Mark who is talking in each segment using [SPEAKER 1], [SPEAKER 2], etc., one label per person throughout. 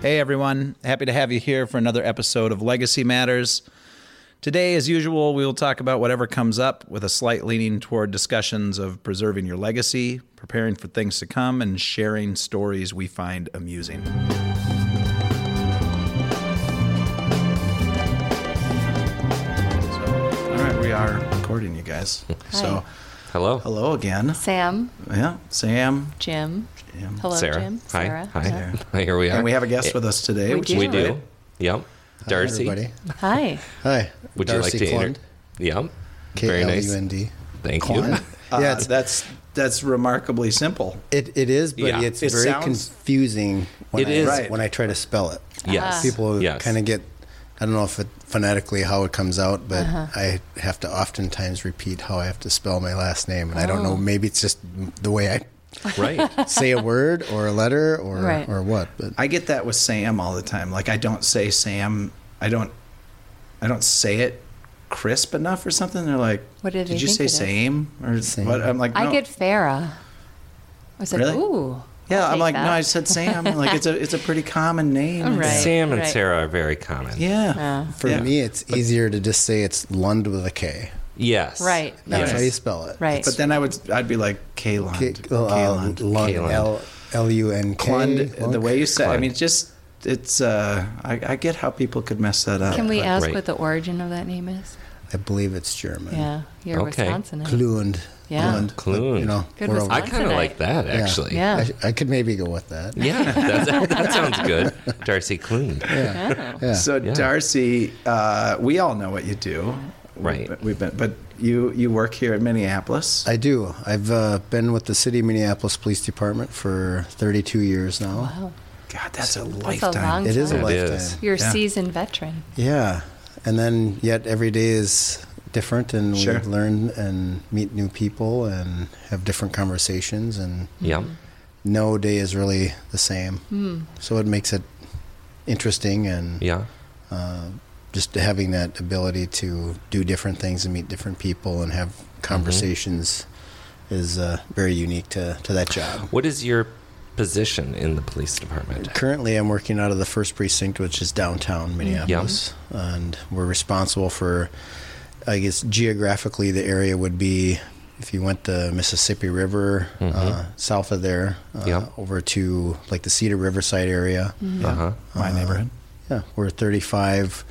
[SPEAKER 1] Hey, everyone. Happy to have you here for another episode of Legacy Matters. Today, as usual, we will talk about whatever comes up with a slight leaning toward discussions of preserving your legacy, preparing for things to come, and sharing stories we find amusing. So, all right, we are recording, you guys. So,
[SPEAKER 2] Hello.
[SPEAKER 1] hello again.
[SPEAKER 3] Sam,
[SPEAKER 1] Yeah, Sam.
[SPEAKER 3] Jim. Hello,
[SPEAKER 2] Sarah.
[SPEAKER 3] Jim.
[SPEAKER 2] Hi.
[SPEAKER 3] Sarah.
[SPEAKER 2] Hi.
[SPEAKER 3] Sarah.
[SPEAKER 2] Here we are.
[SPEAKER 1] And we have a guest with us today.
[SPEAKER 3] We
[SPEAKER 1] which
[SPEAKER 3] do.
[SPEAKER 1] is
[SPEAKER 2] We
[SPEAKER 1] great.
[SPEAKER 2] do. Yep. Darcy.
[SPEAKER 4] Hi, everybody.
[SPEAKER 3] Hi.
[SPEAKER 4] Hi.
[SPEAKER 2] Would
[SPEAKER 4] Darcy
[SPEAKER 2] you like to
[SPEAKER 4] Klund,
[SPEAKER 2] inter- Yep. Very nice.
[SPEAKER 4] K-L-U-N-D.
[SPEAKER 2] Thank you.
[SPEAKER 4] Klund.
[SPEAKER 1] Uh,
[SPEAKER 4] yeah, it's,
[SPEAKER 1] that's that's remarkably simple.
[SPEAKER 4] it, it is, but
[SPEAKER 2] Yeah.
[SPEAKER 4] it's
[SPEAKER 1] It
[SPEAKER 4] very
[SPEAKER 1] sounds-
[SPEAKER 4] confusing when,
[SPEAKER 2] It
[SPEAKER 4] I,
[SPEAKER 2] is.
[SPEAKER 1] Right. Uh-huh.
[SPEAKER 4] when I try to spell it.
[SPEAKER 2] Yes.
[SPEAKER 4] People
[SPEAKER 2] Yes.
[SPEAKER 4] kind of get, I don't know if it phonetically how it comes out, but
[SPEAKER 1] Uh-huh.
[SPEAKER 4] I have to oftentimes repeat how I have to spell my last name. And I don't
[SPEAKER 1] Oh.
[SPEAKER 4] know, maybe it's just the way
[SPEAKER 2] right.
[SPEAKER 4] I say a word or a letter or,
[SPEAKER 3] Right.
[SPEAKER 4] or what. But
[SPEAKER 1] I get that with Sam all the time. Like I don't say Sam. I don't. I don't say it crisp enough or something. They're like,
[SPEAKER 3] What did they
[SPEAKER 1] you
[SPEAKER 3] think
[SPEAKER 1] say
[SPEAKER 3] it is?"
[SPEAKER 1] Sam or
[SPEAKER 4] Sam.
[SPEAKER 1] what? I'm like, no.
[SPEAKER 3] I get Farah. I said,
[SPEAKER 1] Really?
[SPEAKER 3] ooh. I'll
[SPEAKER 1] yeah, I'm
[SPEAKER 3] take
[SPEAKER 1] like,
[SPEAKER 3] that.
[SPEAKER 1] no, I said Sam. Like it's a it's a pretty common name.
[SPEAKER 3] Right.
[SPEAKER 2] Sam and
[SPEAKER 3] right.
[SPEAKER 2] Sarah are very common.
[SPEAKER 1] Yeah.
[SPEAKER 3] Yeah.
[SPEAKER 4] for
[SPEAKER 1] Yeah.
[SPEAKER 4] me, it's easier to just say it's Lund with a K.
[SPEAKER 2] Yes.
[SPEAKER 3] Right.
[SPEAKER 4] That's
[SPEAKER 2] Yes.
[SPEAKER 4] how you spell it.
[SPEAKER 3] Right.
[SPEAKER 1] But then I would I'd be like Kalund.
[SPEAKER 4] K- uh,
[SPEAKER 1] Kalund.
[SPEAKER 4] Lund.
[SPEAKER 2] Kalund.
[SPEAKER 4] L- L-U-N-K.
[SPEAKER 1] Klund. The way you say. I
[SPEAKER 2] Klund.
[SPEAKER 1] mean, just it's. uh I, I get how people could mess that up.
[SPEAKER 3] Can we ask
[SPEAKER 2] Right.
[SPEAKER 3] what the origin of that name is?
[SPEAKER 4] I believe it's German.
[SPEAKER 3] Yeah. You're
[SPEAKER 2] Okay.
[SPEAKER 3] Wisconsinite.
[SPEAKER 4] Klund.
[SPEAKER 3] Yeah.
[SPEAKER 4] Klund.
[SPEAKER 2] Klund.
[SPEAKER 4] You know,
[SPEAKER 3] Good
[SPEAKER 4] we're
[SPEAKER 3] response.
[SPEAKER 2] I kind of
[SPEAKER 3] Tonight.
[SPEAKER 2] like that actually.
[SPEAKER 3] Yeah.
[SPEAKER 4] I, I could maybe go with that.
[SPEAKER 2] Yeah. That's, that sounds good. Darcy Kloon.
[SPEAKER 4] Yeah. yeah.
[SPEAKER 1] So
[SPEAKER 2] Yeah.
[SPEAKER 1] Darcy, uh, we all know what you do,
[SPEAKER 2] Right.
[SPEAKER 1] But We've been, but you you work here in Minneapolis.
[SPEAKER 4] I do. I've uh, been with the City of Minneapolis Police Department for 32 years now.
[SPEAKER 3] Wow.
[SPEAKER 1] God, that's a
[SPEAKER 3] That's a
[SPEAKER 1] lifetime.
[SPEAKER 3] long
[SPEAKER 4] It is a
[SPEAKER 3] time.
[SPEAKER 2] It
[SPEAKER 4] lifetime.
[SPEAKER 2] is.
[SPEAKER 3] You're a
[SPEAKER 1] Yeah.
[SPEAKER 3] seasoned veteran.
[SPEAKER 4] Yeah. And then yet every day is different and
[SPEAKER 1] Sure.
[SPEAKER 4] we learn and meet new people and have different conversations and
[SPEAKER 2] Yep.
[SPEAKER 4] no day is really the same.
[SPEAKER 3] Hmm.
[SPEAKER 4] Mm. So it makes it interesting and
[SPEAKER 2] Yeah.
[SPEAKER 4] uh, just having that ability to do different things and meet different people and have
[SPEAKER 2] Mm-hmm.
[SPEAKER 4] conversations is uh, very unique to, to that job.
[SPEAKER 2] What is your position in the police department?
[SPEAKER 4] Currently, I'm working out of the first precinct, which is
[SPEAKER 2] Mm-hmm.
[SPEAKER 4] downtown Minneapolis, and we're responsible for. I guess geographically, the area would be if you went the Mississippi River uh, south of there, uh,
[SPEAKER 2] Mm-hmm. Yeah.
[SPEAKER 4] over to like the Cedar Riverside area.
[SPEAKER 2] Uh huh.
[SPEAKER 1] My neighborhood.
[SPEAKER 4] Yeah, where 35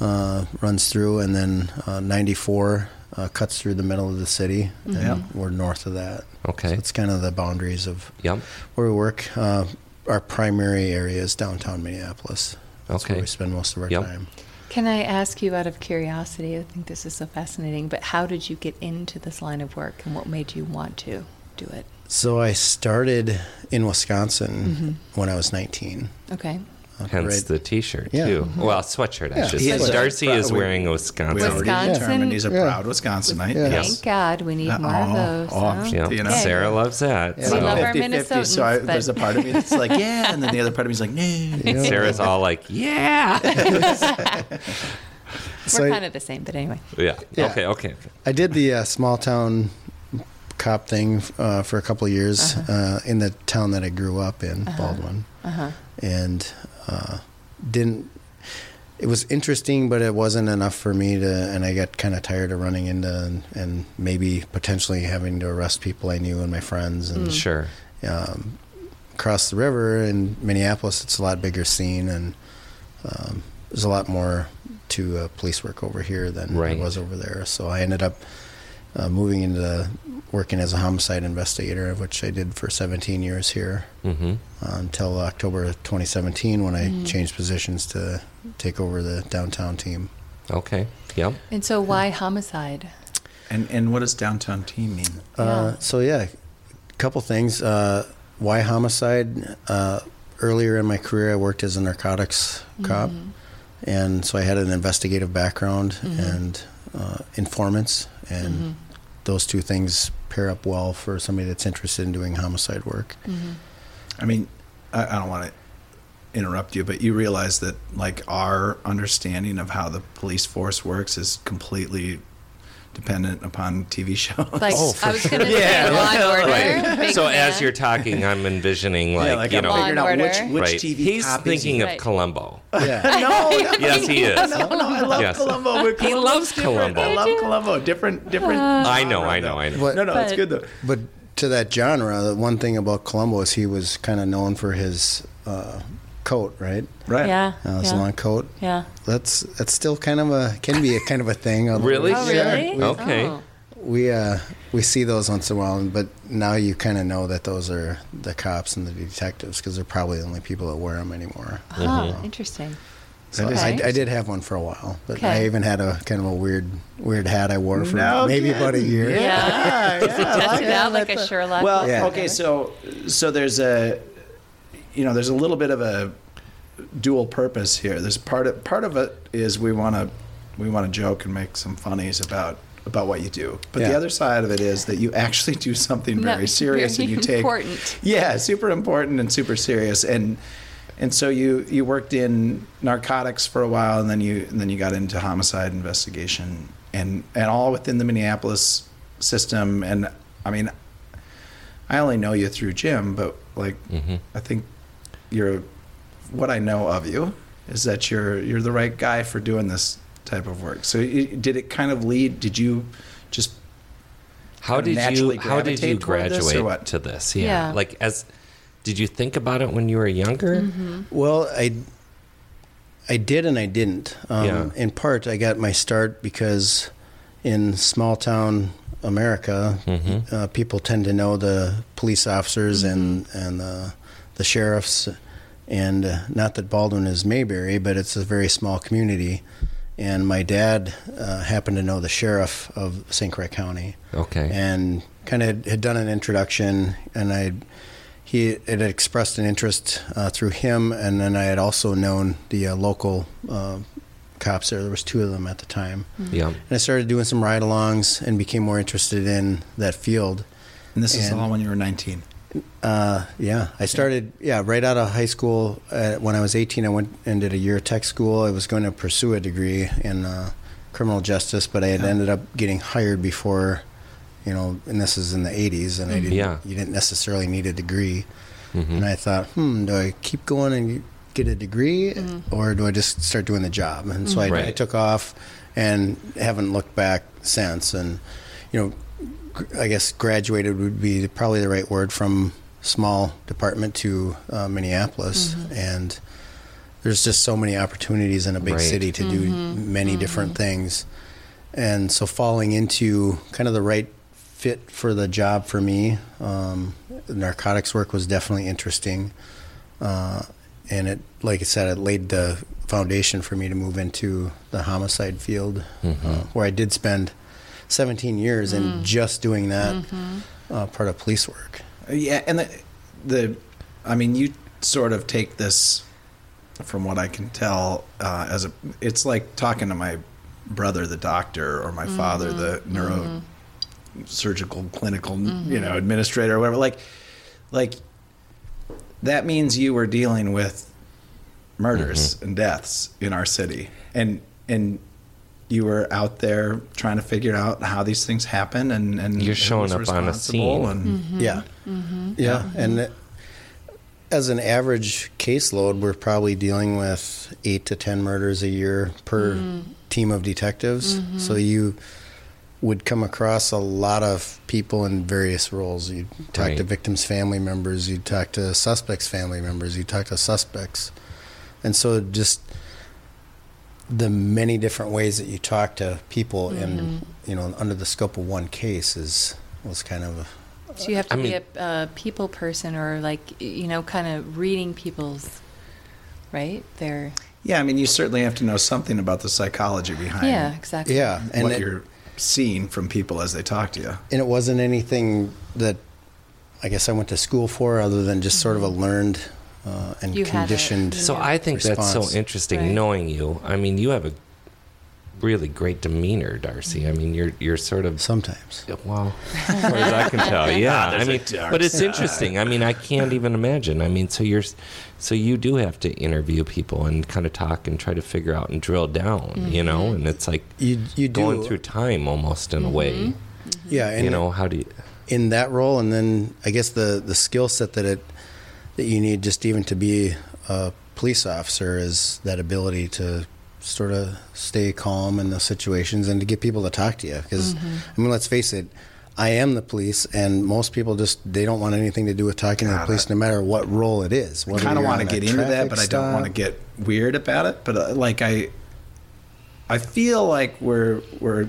[SPEAKER 4] uh, runs through, and then uh, 94 uh, cuts through the middle of the city, and
[SPEAKER 1] Yeah.
[SPEAKER 4] we're north of that.
[SPEAKER 2] Mm-hmm. Okay.
[SPEAKER 4] so it's kind of the boundaries of
[SPEAKER 2] Yep.
[SPEAKER 4] where we work. Uh, our primary area is downtown Minneapolis. That's
[SPEAKER 2] Okay.
[SPEAKER 4] where we spend most of our
[SPEAKER 2] Yep.
[SPEAKER 4] time.
[SPEAKER 3] Can I ask you out of curiosity? I think this is so fascinating, but how did you get into this line of work and what made you want to do it?
[SPEAKER 4] So I started in Wisconsin when I was 19.
[SPEAKER 3] Okay.
[SPEAKER 4] Uh,
[SPEAKER 2] Hence
[SPEAKER 4] right-
[SPEAKER 2] the T-shirt
[SPEAKER 4] Yeah.
[SPEAKER 2] too. Well, sweatshirt I
[SPEAKER 4] Yeah.
[SPEAKER 2] should
[SPEAKER 4] He
[SPEAKER 2] say.
[SPEAKER 4] is a-
[SPEAKER 2] Darcy is
[SPEAKER 1] we-
[SPEAKER 2] wearing a Wisconsin.
[SPEAKER 1] We already
[SPEAKER 3] Wisconsin-
[SPEAKER 1] determined he's a
[SPEAKER 4] Yeah.
[SPEAKER 1] proud Wisconsinite.
[SPEAKER 4] Yeah.
[SPEAKER 2] Yes.
[SPEAKER 3] Thank God we need
[SPEAKER 1] Uh,
[SPEAKER 3] more of
[SPEAKER 1] oh,
[SPEAKER 3] those.
[SPEAKER 1] oh,
[SPEAKER 3] huh?
[SPEAKER 2] Yeah.
[SPEAKER 1] You know.
[SPEAKER 2] Sarah loves that.
[SPEAKER 4] Yeah.
[SPEAKER 3] We
[SPEAKER 2] so-
[SPEAKER 3] love our
[SPEAKER 1] 50-50, so I,
[SPEAKER 3] Minnesotans,
[SPEAKER 1] there's a
[SPEAKER 3] but-
[SPEAKER 1] part of me that's like, yeah, and then the other part of me is like, no.
[SPEAKER 4] Yeah.
[SPEAKER 2] Sarah's all like, yeah.
[SPEAKER 3] We're
[SPEAKER 4] So I-
[SPEAKER 3] kind of the same, but anyway.
[SPEAKER 2] yeah.
[SPEAKER 4] Yeah.
[SPEAKER 2] Okay. Okay. okay.
[SPEAKER 4] I did the uh, small town cop thing uh, for a couple of years uh in the town that I grew up in, Baldwin,
[SPEAKER 3] Uh-huh.
[SPEAKER 4] and uh, didn't. It was interesting, but it wasn't enough for me to, and I got kind of tired of running into and, and maybe potentially having to arrest people I knew and my friends and
[SPEAKER 2] Sure.
[SPEAKER 4] um, across the river in Minneapolis, it's a lot bigger scene, and um, there's a lot more to uh, police work over here than
[SPEAKER 2] Right.
[SPEAKER 4] there was over there. So I ended up uh, moving into working as a homicide investigator, which I did for 17 years here
[SPEAKER 2] Mm-hmm.
[SPEAKER 4] uh, until October 2017 when I changed positions to take over the downtown team.
[SPEAKER 2] Okay. Yep.
[SPEAKER 3] And so, why homicide?
[SPEAKER 1] And and what does downtown team mean?
[SPEAKER 4] Uh,
[SPEAKER 3] Yeah.
[SPEAKER 4] so yeah, a couple things. Uh, why homicide? Uh, earlier in my career, I worked as a narcotics cop, and so I had an investigative background and uh, informants, and those two things pair up well for somebody that's interested in doing homicide work.
[SPEAKER 1] I mean, I, I don't want to interrupt you, but you realize that like our understanding of how the police force works is completely dependent upon TV shows.
[SPEAKER 3] Like
[SPEAKER 2] Oh, for
[SPEAKER 3] I was going to
[SPEAKER 1] Yeah,
[SPEAKER 3] say Law and Order.
[SPEAKER 2] Right.
[SPEAKER 3] Big
[SPEAKER 2] so as
[SPEAKER 3] Fan.
[SPEAKER 2] you're talking, I'm envisioning like,
[SPEAKER 1] yeah, like
[SPEAKER 2] you
[SPEAKER 1] I
[SPEAKER 2] know,
[SPEAKER 3] Law
[SPEAKER 1] figured
[SPEAKER 3] and
[SPEAKER 1] out
[SPEAKER 3] Order.
[SPEAKER 1] which, which
[SPEAKER 2] right?
[SPEAKER 1] TV
[SPEAKER 2] He's
[SPEAKER 1] copies
[SPEAKER 2] thinking of
[SPEAKER 3] Right.
[SPEAKER 2] Columbo.
[SPEAKER 4] Yeah.
[SPEAKER 1] no,
[SPEAKER 2] yes, he is.
[SPEAKER 1] no, no, I love
[SPEAKER 2] Yes.
[SPEAKER 1] Columbo. But
[SPEAKER 2] He loves
[SPEAKER 1] different.
[SPEAKER 2] Columbo.
[SPEAKER 1] I love Columbo. Different, different.
[SPEAKER 2] I know,
[SPEAKER 1] genre,
[SPEAKER 2] I know,
[SPEAKER 1] though.
[SPEAKER 2] I know.
[SPEAKER 4] What-
[SPEAKER 1] No, no, it's
[SPEAKER 3] Uh, But-
[SPEAKER 1] good though.
[SPEAKER 4] But to that genre, the one thing about Columbo is he was kind of known for his uh, coat, right?
[SPEAKER 1] Right.
[SPEAKER 3] Yeah.
[SPEAKER 4] Uh, his
[SPEAKER 3] yeah.
[SPEAKER 4] long coat.
[SPEAKER 3] yeah.
[SPEAKER 4] That's that's still kind of a can be a kind of a thing. although
[SPEAKER 2] Really?
[SPEAKER 3] Oh,
[SPEAKER 4] Yeah,
[SPEAKER 3] really?
[SPEAKER 4] we-
[SPEAKER 2] Okay.
[SPEAKER 3] Oh.
[SPEAKER 4] We uh we see those once in a while, but now you kind of know that those are the cops and the detectives because they're probably the only people that wear them anymore.
[SPEAKER 3] Huh, Interesting.
[SPEAKER 4] So
[SPEAKER 1] That is
[SPEAKER 4] I,
[SPEAKER 3] Uh-huh. Okay.
[SPEAKER 4] I did have one for a while, but
[SPEAKER 3] Okay.
[SPEAKER 4] I even had a kind of a weird weird hat I wore for
[SPEAKER 1] No
[SPEAKER 4] maybe about a
[SPEAKER 1] kidding.
[SPEAKER 4] year.
[SPEAKER 1] Yeah.
[SPEAKER 3] Yeah. Is it tested out like a Sherlock?
[SPEAKER 1] Well,
[SPEAKER 4] Yeah.
[SPEAKER 1] okay, so so there's a you know, there's a little bit of a dual purpose here. There's part of part of it is we want to we want to joke and make some funnies about about what you do. But the
[SPEAKER 4] Yeah.
[SPEAKER 1] other side of it is that you actually do something
[SPEAKER 3] No,
[SPEAKER 1] very serious
[SPEAKER 3] very
[SPEAKER 1] and you take
[SPEAKER 3] important.
[SPEAKER 1] Yeah, super important and super serious and and so you you worked in narcotics for a while and then you and then you got into homicide investigation and and all within the Minneapolis system and I mean I only know you through Jim, but like I think you're what I know of you is that you're you're the right guy for doing this type of work. So you, did it kind of lead? Did you just
[SPEAKER 2] How did you
[SPEAKER 1] naturally
[SPEAKER 2] how did you
[SPEAKER 1] gravitate toward
[SPEAKER 2] graduate
[SPEAKER 1] this, or what?
[SPEAKER 2] to this? Yeah.
[SPEAKER 3] Yeah.
[SPEAKER 2] Like as did you think about it when you were younger?
[SPEAKER 3] Mm-hmm.
[SPEAKER 4] Well, I I did and I didn't. Um,
[SPEAKER 2] Yeah.
[SPEAKER 4] In part, I got my start because in small town America,
[SPEAKER 2] Mm-hmm.
[SPEAKER 4] uh, people tend to know the police officers and and the, the sheriffs, and uh, not that Baldwin is Mayberry, but it's a very small community. And my dad uh, happened to know the sheriff of St. Croix County
[SPEAKER 2] Okay.
[SPEAKER 4] and kind of had done an introduction, and I he it had expressed an interest uh, through him, and then I had also known the uh, local uh, cops there. There was two of them at the time,
[SPEAKER 2] Yeah.
[SPEAKER 4] and I started doing some ride-alongs and became more interested in that field.
[SPEAKER 1] And this is
[SPEAKER 4] And-
[SPEAKER 1] all when you were 19.
[SPEAKER 4] Uh, yeah, I started yeah right out of high school. Uh, when I was 18, I went and did a year of tech school. I was going to pursue a degree in uh, criminal justice, but I had ended up getting hired before, you know. And this is in the 80s, and I didn't.
[SPEAKER 2] Yeah.
[SPEAKER 4] You didn't necessarily need a degree,
[SPEAKER 2] Mm-hmm.
[SPEAKER 4] and I thought, hmm, do I keep going and get a degree, or do I just start doing the job? And so I,
[SPEAKER 2] Right.
[SPEAKER 4] I took off, and haven't looked back since. And you know, gr- I guess graduated would be probably the right word from small department to uh, Minneapolis, and there's just so many opportunities in a big
[SPEAKER 2] Right.
[SPEAKER 4] city to do many different things, and so falling into kind of the right fit for the job for me, um, narcotics work was definitely interesting, uh, and it, like I said, it laid the foundation for me to move into the homicide field, uh, where I did spend. 17 years and just doing that uh, part of police work.
[SPEAKER 1] Uh, Yeah, and the, the I mean, you sort of take this, from what I can tell, uh, as a it's like talking to my brother, the doctor, or my father, the neuro surgical clinical, you know, administrator or whatever. Like, like that means you were dealing with murders
[SPEAKER 2] Mm-hmm.
[SPEAKER 1] and deaths in our city, and and. You were out there trying to figure out how these things happen, and, and
[SPEAKER 2] You're showing
[SPEAKER 1] who's
[SPEAKER 2] up on a
[SPEAKER 1] responsible
[SPEAKER 2] scene.
[SPEAKER 1] And,
[SPEAKER 4] Yeah. Yeah. And it- as an average caseload, we're probably dealing with eight to 10 murders a year per team of detectives. So you would come across a lot of people in various roles. You'd talk to
[SPEAKER 2] Right.
[SPEAKER 4] victims' family members, you'd talk to suspects' family members, you'd talk to suspects. And so just the many different ways that you talk to people and you know under the scope of one case is was kind of
[SPEAKER 3] So you have to
[SPEAKER 2] I
[SPEAKER 3] be
[SPEAKER 2] mean-
[SPEAKER 3] a uh, people person, or like y- you know, kind of reading people's right. Their
[SPEAKER 1] Yeah, I mean, you certainly have to know something about the psychology behind
[SPEAKER 3] yeah, exactly.
[SPEAKER 4] Yeah, and
[SPEAKER 1] what
[SPEAKER 4] it,
[SPEAKER 1] you're seeing from people as they talk to you.
[SPEAKER 4] and it wasn't anything that I guess I went to school for, other than just sort of a learned uh,
[SPEAKER 3] Mm-hmm. You
[SPEAKER 4] and
[SPEAKER 3] had it. Mm-hmm.
[SPEAKER 4] conditioned.
[SPEAKER 2] So
[SPEAKER 3] Yeah.
[SPEAKER 2] I think that's so
[SPEAKER 4] Response.
[SPEAKER 2] interesting
[SPEAKER 3] Right.
[SPEAKER 2] knowing you. I mean, you have a really great demeanor, Darcy. I mean, you're you're sort of
[SPEAKER 4] Sometimes.
[SPEAKER 2] well, as far as I can tell, yeah. I
[SPEAKER 1] there's a
[SPEAKER 2] mean,
[SPEAKER 1] dark
[SPEAKER 2] but it's interesting. I mean, I can't even imagine. I mean, so you're, so you do have to interview people and kind of talk and try to figure out and drill down, you know. And it's like
[SPEAKER 4] You you do
[SPEAKER 2] going through time almost in a way,
[SPEAKER 4] yeah, and
[SPEAKER 2] you know. How do you?
[SPEAKER 4] in that role, and then I guess the the skill set that it that you need just even to be a police officer is that ability to sort of stay calm in those situations and to get people to talk to you. Because I mean, let's face it, I am the police, and most people just they don't want anything to do with talking to the police, no matter what role it is.
[SPEAKER 1] I
[SPEAKER 4] Whether
[SPEAKER 1] kind of
[SPEAKER 4] you're
[SPEAKER 1] want to
[SPEAKER 4] on a
[SPEAKER 1] get into that,
[SPEAKER 4] traffic
[SPEAKER 1] but I don't want to
[SPEAKER 4] stop.
[SPEAKER 1] get weird about it. But uh, like I, I feel like we're we're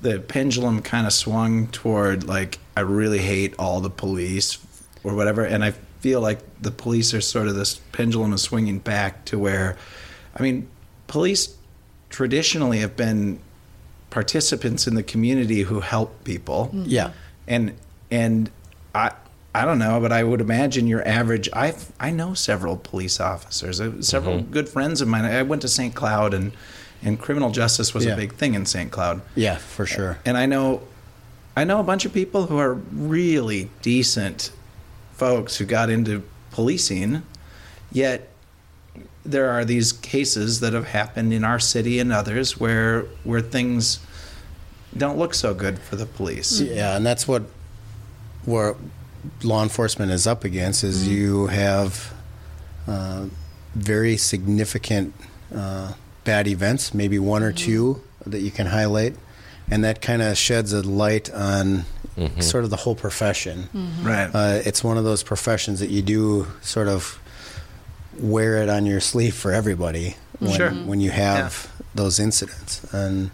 [SPEAKER 1] the pendulum kind of swung toward like I really hate all the police or whatever, and I feel like the police are sort of this pendulum is swinging back to where, I mean, police traditionally have been participants in the community who help people
[SPEAKER 4] Yeah.
[SPEAKER 1] and and I I don't know, but I would imagine your average. I I know several police officers, uh, several good friends of mine. I went to St. Cloud, and and criminal justice was
[SPEAKER 4] Yeah.
[SPEAKER 1] a big thing in St. Cloud,
[SPEAKER 4] Yeah, for sure.
[SPEAKER 1] and I know I know a bunch of people who are really decent folks who got into policing, yet there are these cases that have happened in our city and others where where things don't look so good for the police.
[SPEAKER 4] Yeah, and that's what where law enforcement is up against is you have uh, very significant uh, bad events, maybe one or two that you can highlight, and that kind of sheds a light on sort of the whole profession.
[SPEAKER 1] Right.
[SPEAKER 4] Uh, it's one of those professions that you do sort of wear it on your sleeve for everybody when,
[SPEAKER 1] Sure.
[SPEAKER 4] when you have those incidents. And,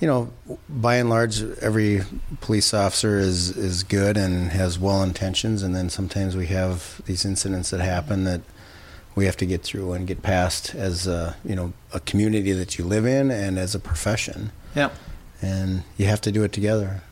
[SPEAKER 4] you know, by and large, every police officer is, is good and has well intentions. And then sometimes we have these incidents that happen that we have to get through and get past as a, you know, a community that you live in and as a profession.
[SPEAKER 1] yeah.
[SPEAKER 4] And you have to do it together.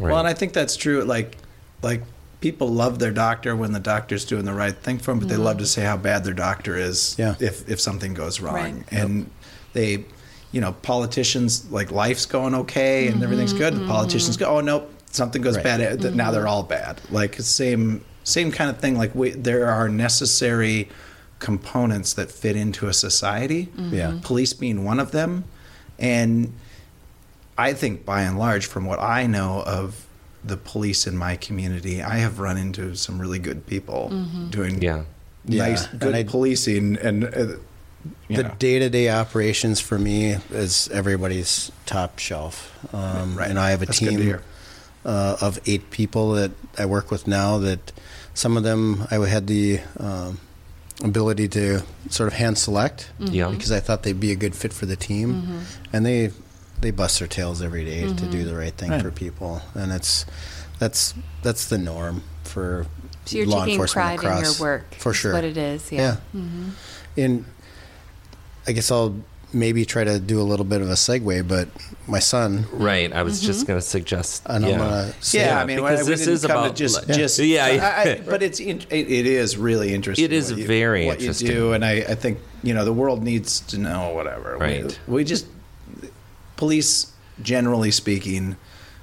[SPEAKER 1] Well, and I think that's true. Like, like people love their doctor when the doctor's doing the right thing for them, but they love to say how bad their doctor is
[SPEAKER 4] Yeah.
[SPEAKER 1] if if something goes wrong.
[SPEAKER 3] Right.
[SPEAKER 1] And they, you know, politicians like life's going okay and everything's good. The politicians go, oh nope, something goes
[SPEAKER 4] Right.
[SPEAKER 1] bad. eh, th- Now they're all bad. Like same same kind of thing. Like we, there are necessary components that fit into a society.
[SPEAKER 4] Yeah.
[SPEAKER 1] Police being one of them, and I think by and large, from what I know of the police in my community, I have run into some really good people doing
[SPEAKER 2] Yeah.
[SPEAKER 1] nice,
[SPEAKER 4] Yeah, and
[SPEAKER 1] good
[SPEAKER 4] I-
[SPEAKER 1] policing. And, uh, you
[SPEAKER 4] the
[SPEAKER 1] know.
[SPEAKER 4] day to day operations for me is everybody's top shelf. Um,
[SPEAKER 1] Right.
[SPEAKER 4] And I have a
[SPEAKER 1] That's good to
[SPEAKER 4] team
[SPEAKER 1] hear.
[SPEAKER 4] uh, of eight people that I work with now. That some of them I had the um, ability to sort of hand select
[SPEAKER 3] Mm-hmm.
[SPEAKER 2] Yeah.
[SPEAKER 4] because I thought they'd be a good fit for the team, and they they bust their tails every day to
[SPEAKER 3] Mm-hmm.
[SPEAKER 4] do the right thing
[SPEAKER 1] Right.
[SPEAKER 4] for people, and it's that's that's the norm for
[SPEAKER 3] So you're
[SPEAKER 4] law
[SPEAKER 3] taking pride
[SPEAKER 4] enforcement
[SPEAKER 3] in your
[SPEAKER 4] across
[SPEAKER 3] work.
[SPEAKER 4] for
[SPEAKER 3] is
[SPEAKER 4] sure.
[SPEAKER 3] What it is,
[SPEAKER 4] Yeah.
[SPEAKER 3] yeah.
[SPEAKER 4] And I guess I'll maybe try to do a little bit of a segue, but my son,
[SPEAKER 2] Right. I was just going to suggest.
[SPEAKER 4] and
[SPEAKER 2] Mm-hmm. yeah.
[SPEAKER 4] I'm gonna say, oh,
[SPEAKER 1] yeah,
[SPEAKER 2] Yeah,
[SPEAKER 1] I mean,
[SPEAKER 2] because
[SPEAKER 1] we
[SPEAKER 2] this
[SPEAKER 1] didn't
[SPEAKER 2] is
[SPEAKER 1] come
[SPEAKER 2] about-
[SPEAKER 1] to just,
[SPEAKER 2] Yeah.
[SPEAKER 1] just
[SPEAKER 2] Yeah,
[SPEAKER 1] I-
[SPEAKER 2] yeah.
[SPEAKER 1] I- but it's in, it, it is really interesting.
[SPEAKER 2] It is
[SPEAKER 1] what you-
[SPEAKER 2] very
[SPEAKER 1] what
[SPEAKER 2] interesting.
[SPEAKER 1] You do, and I, I think you know the world needs to know whatever. We-
[SPEAKER 2] Right.
[SPEAKER 1] We, just police, generally speaking,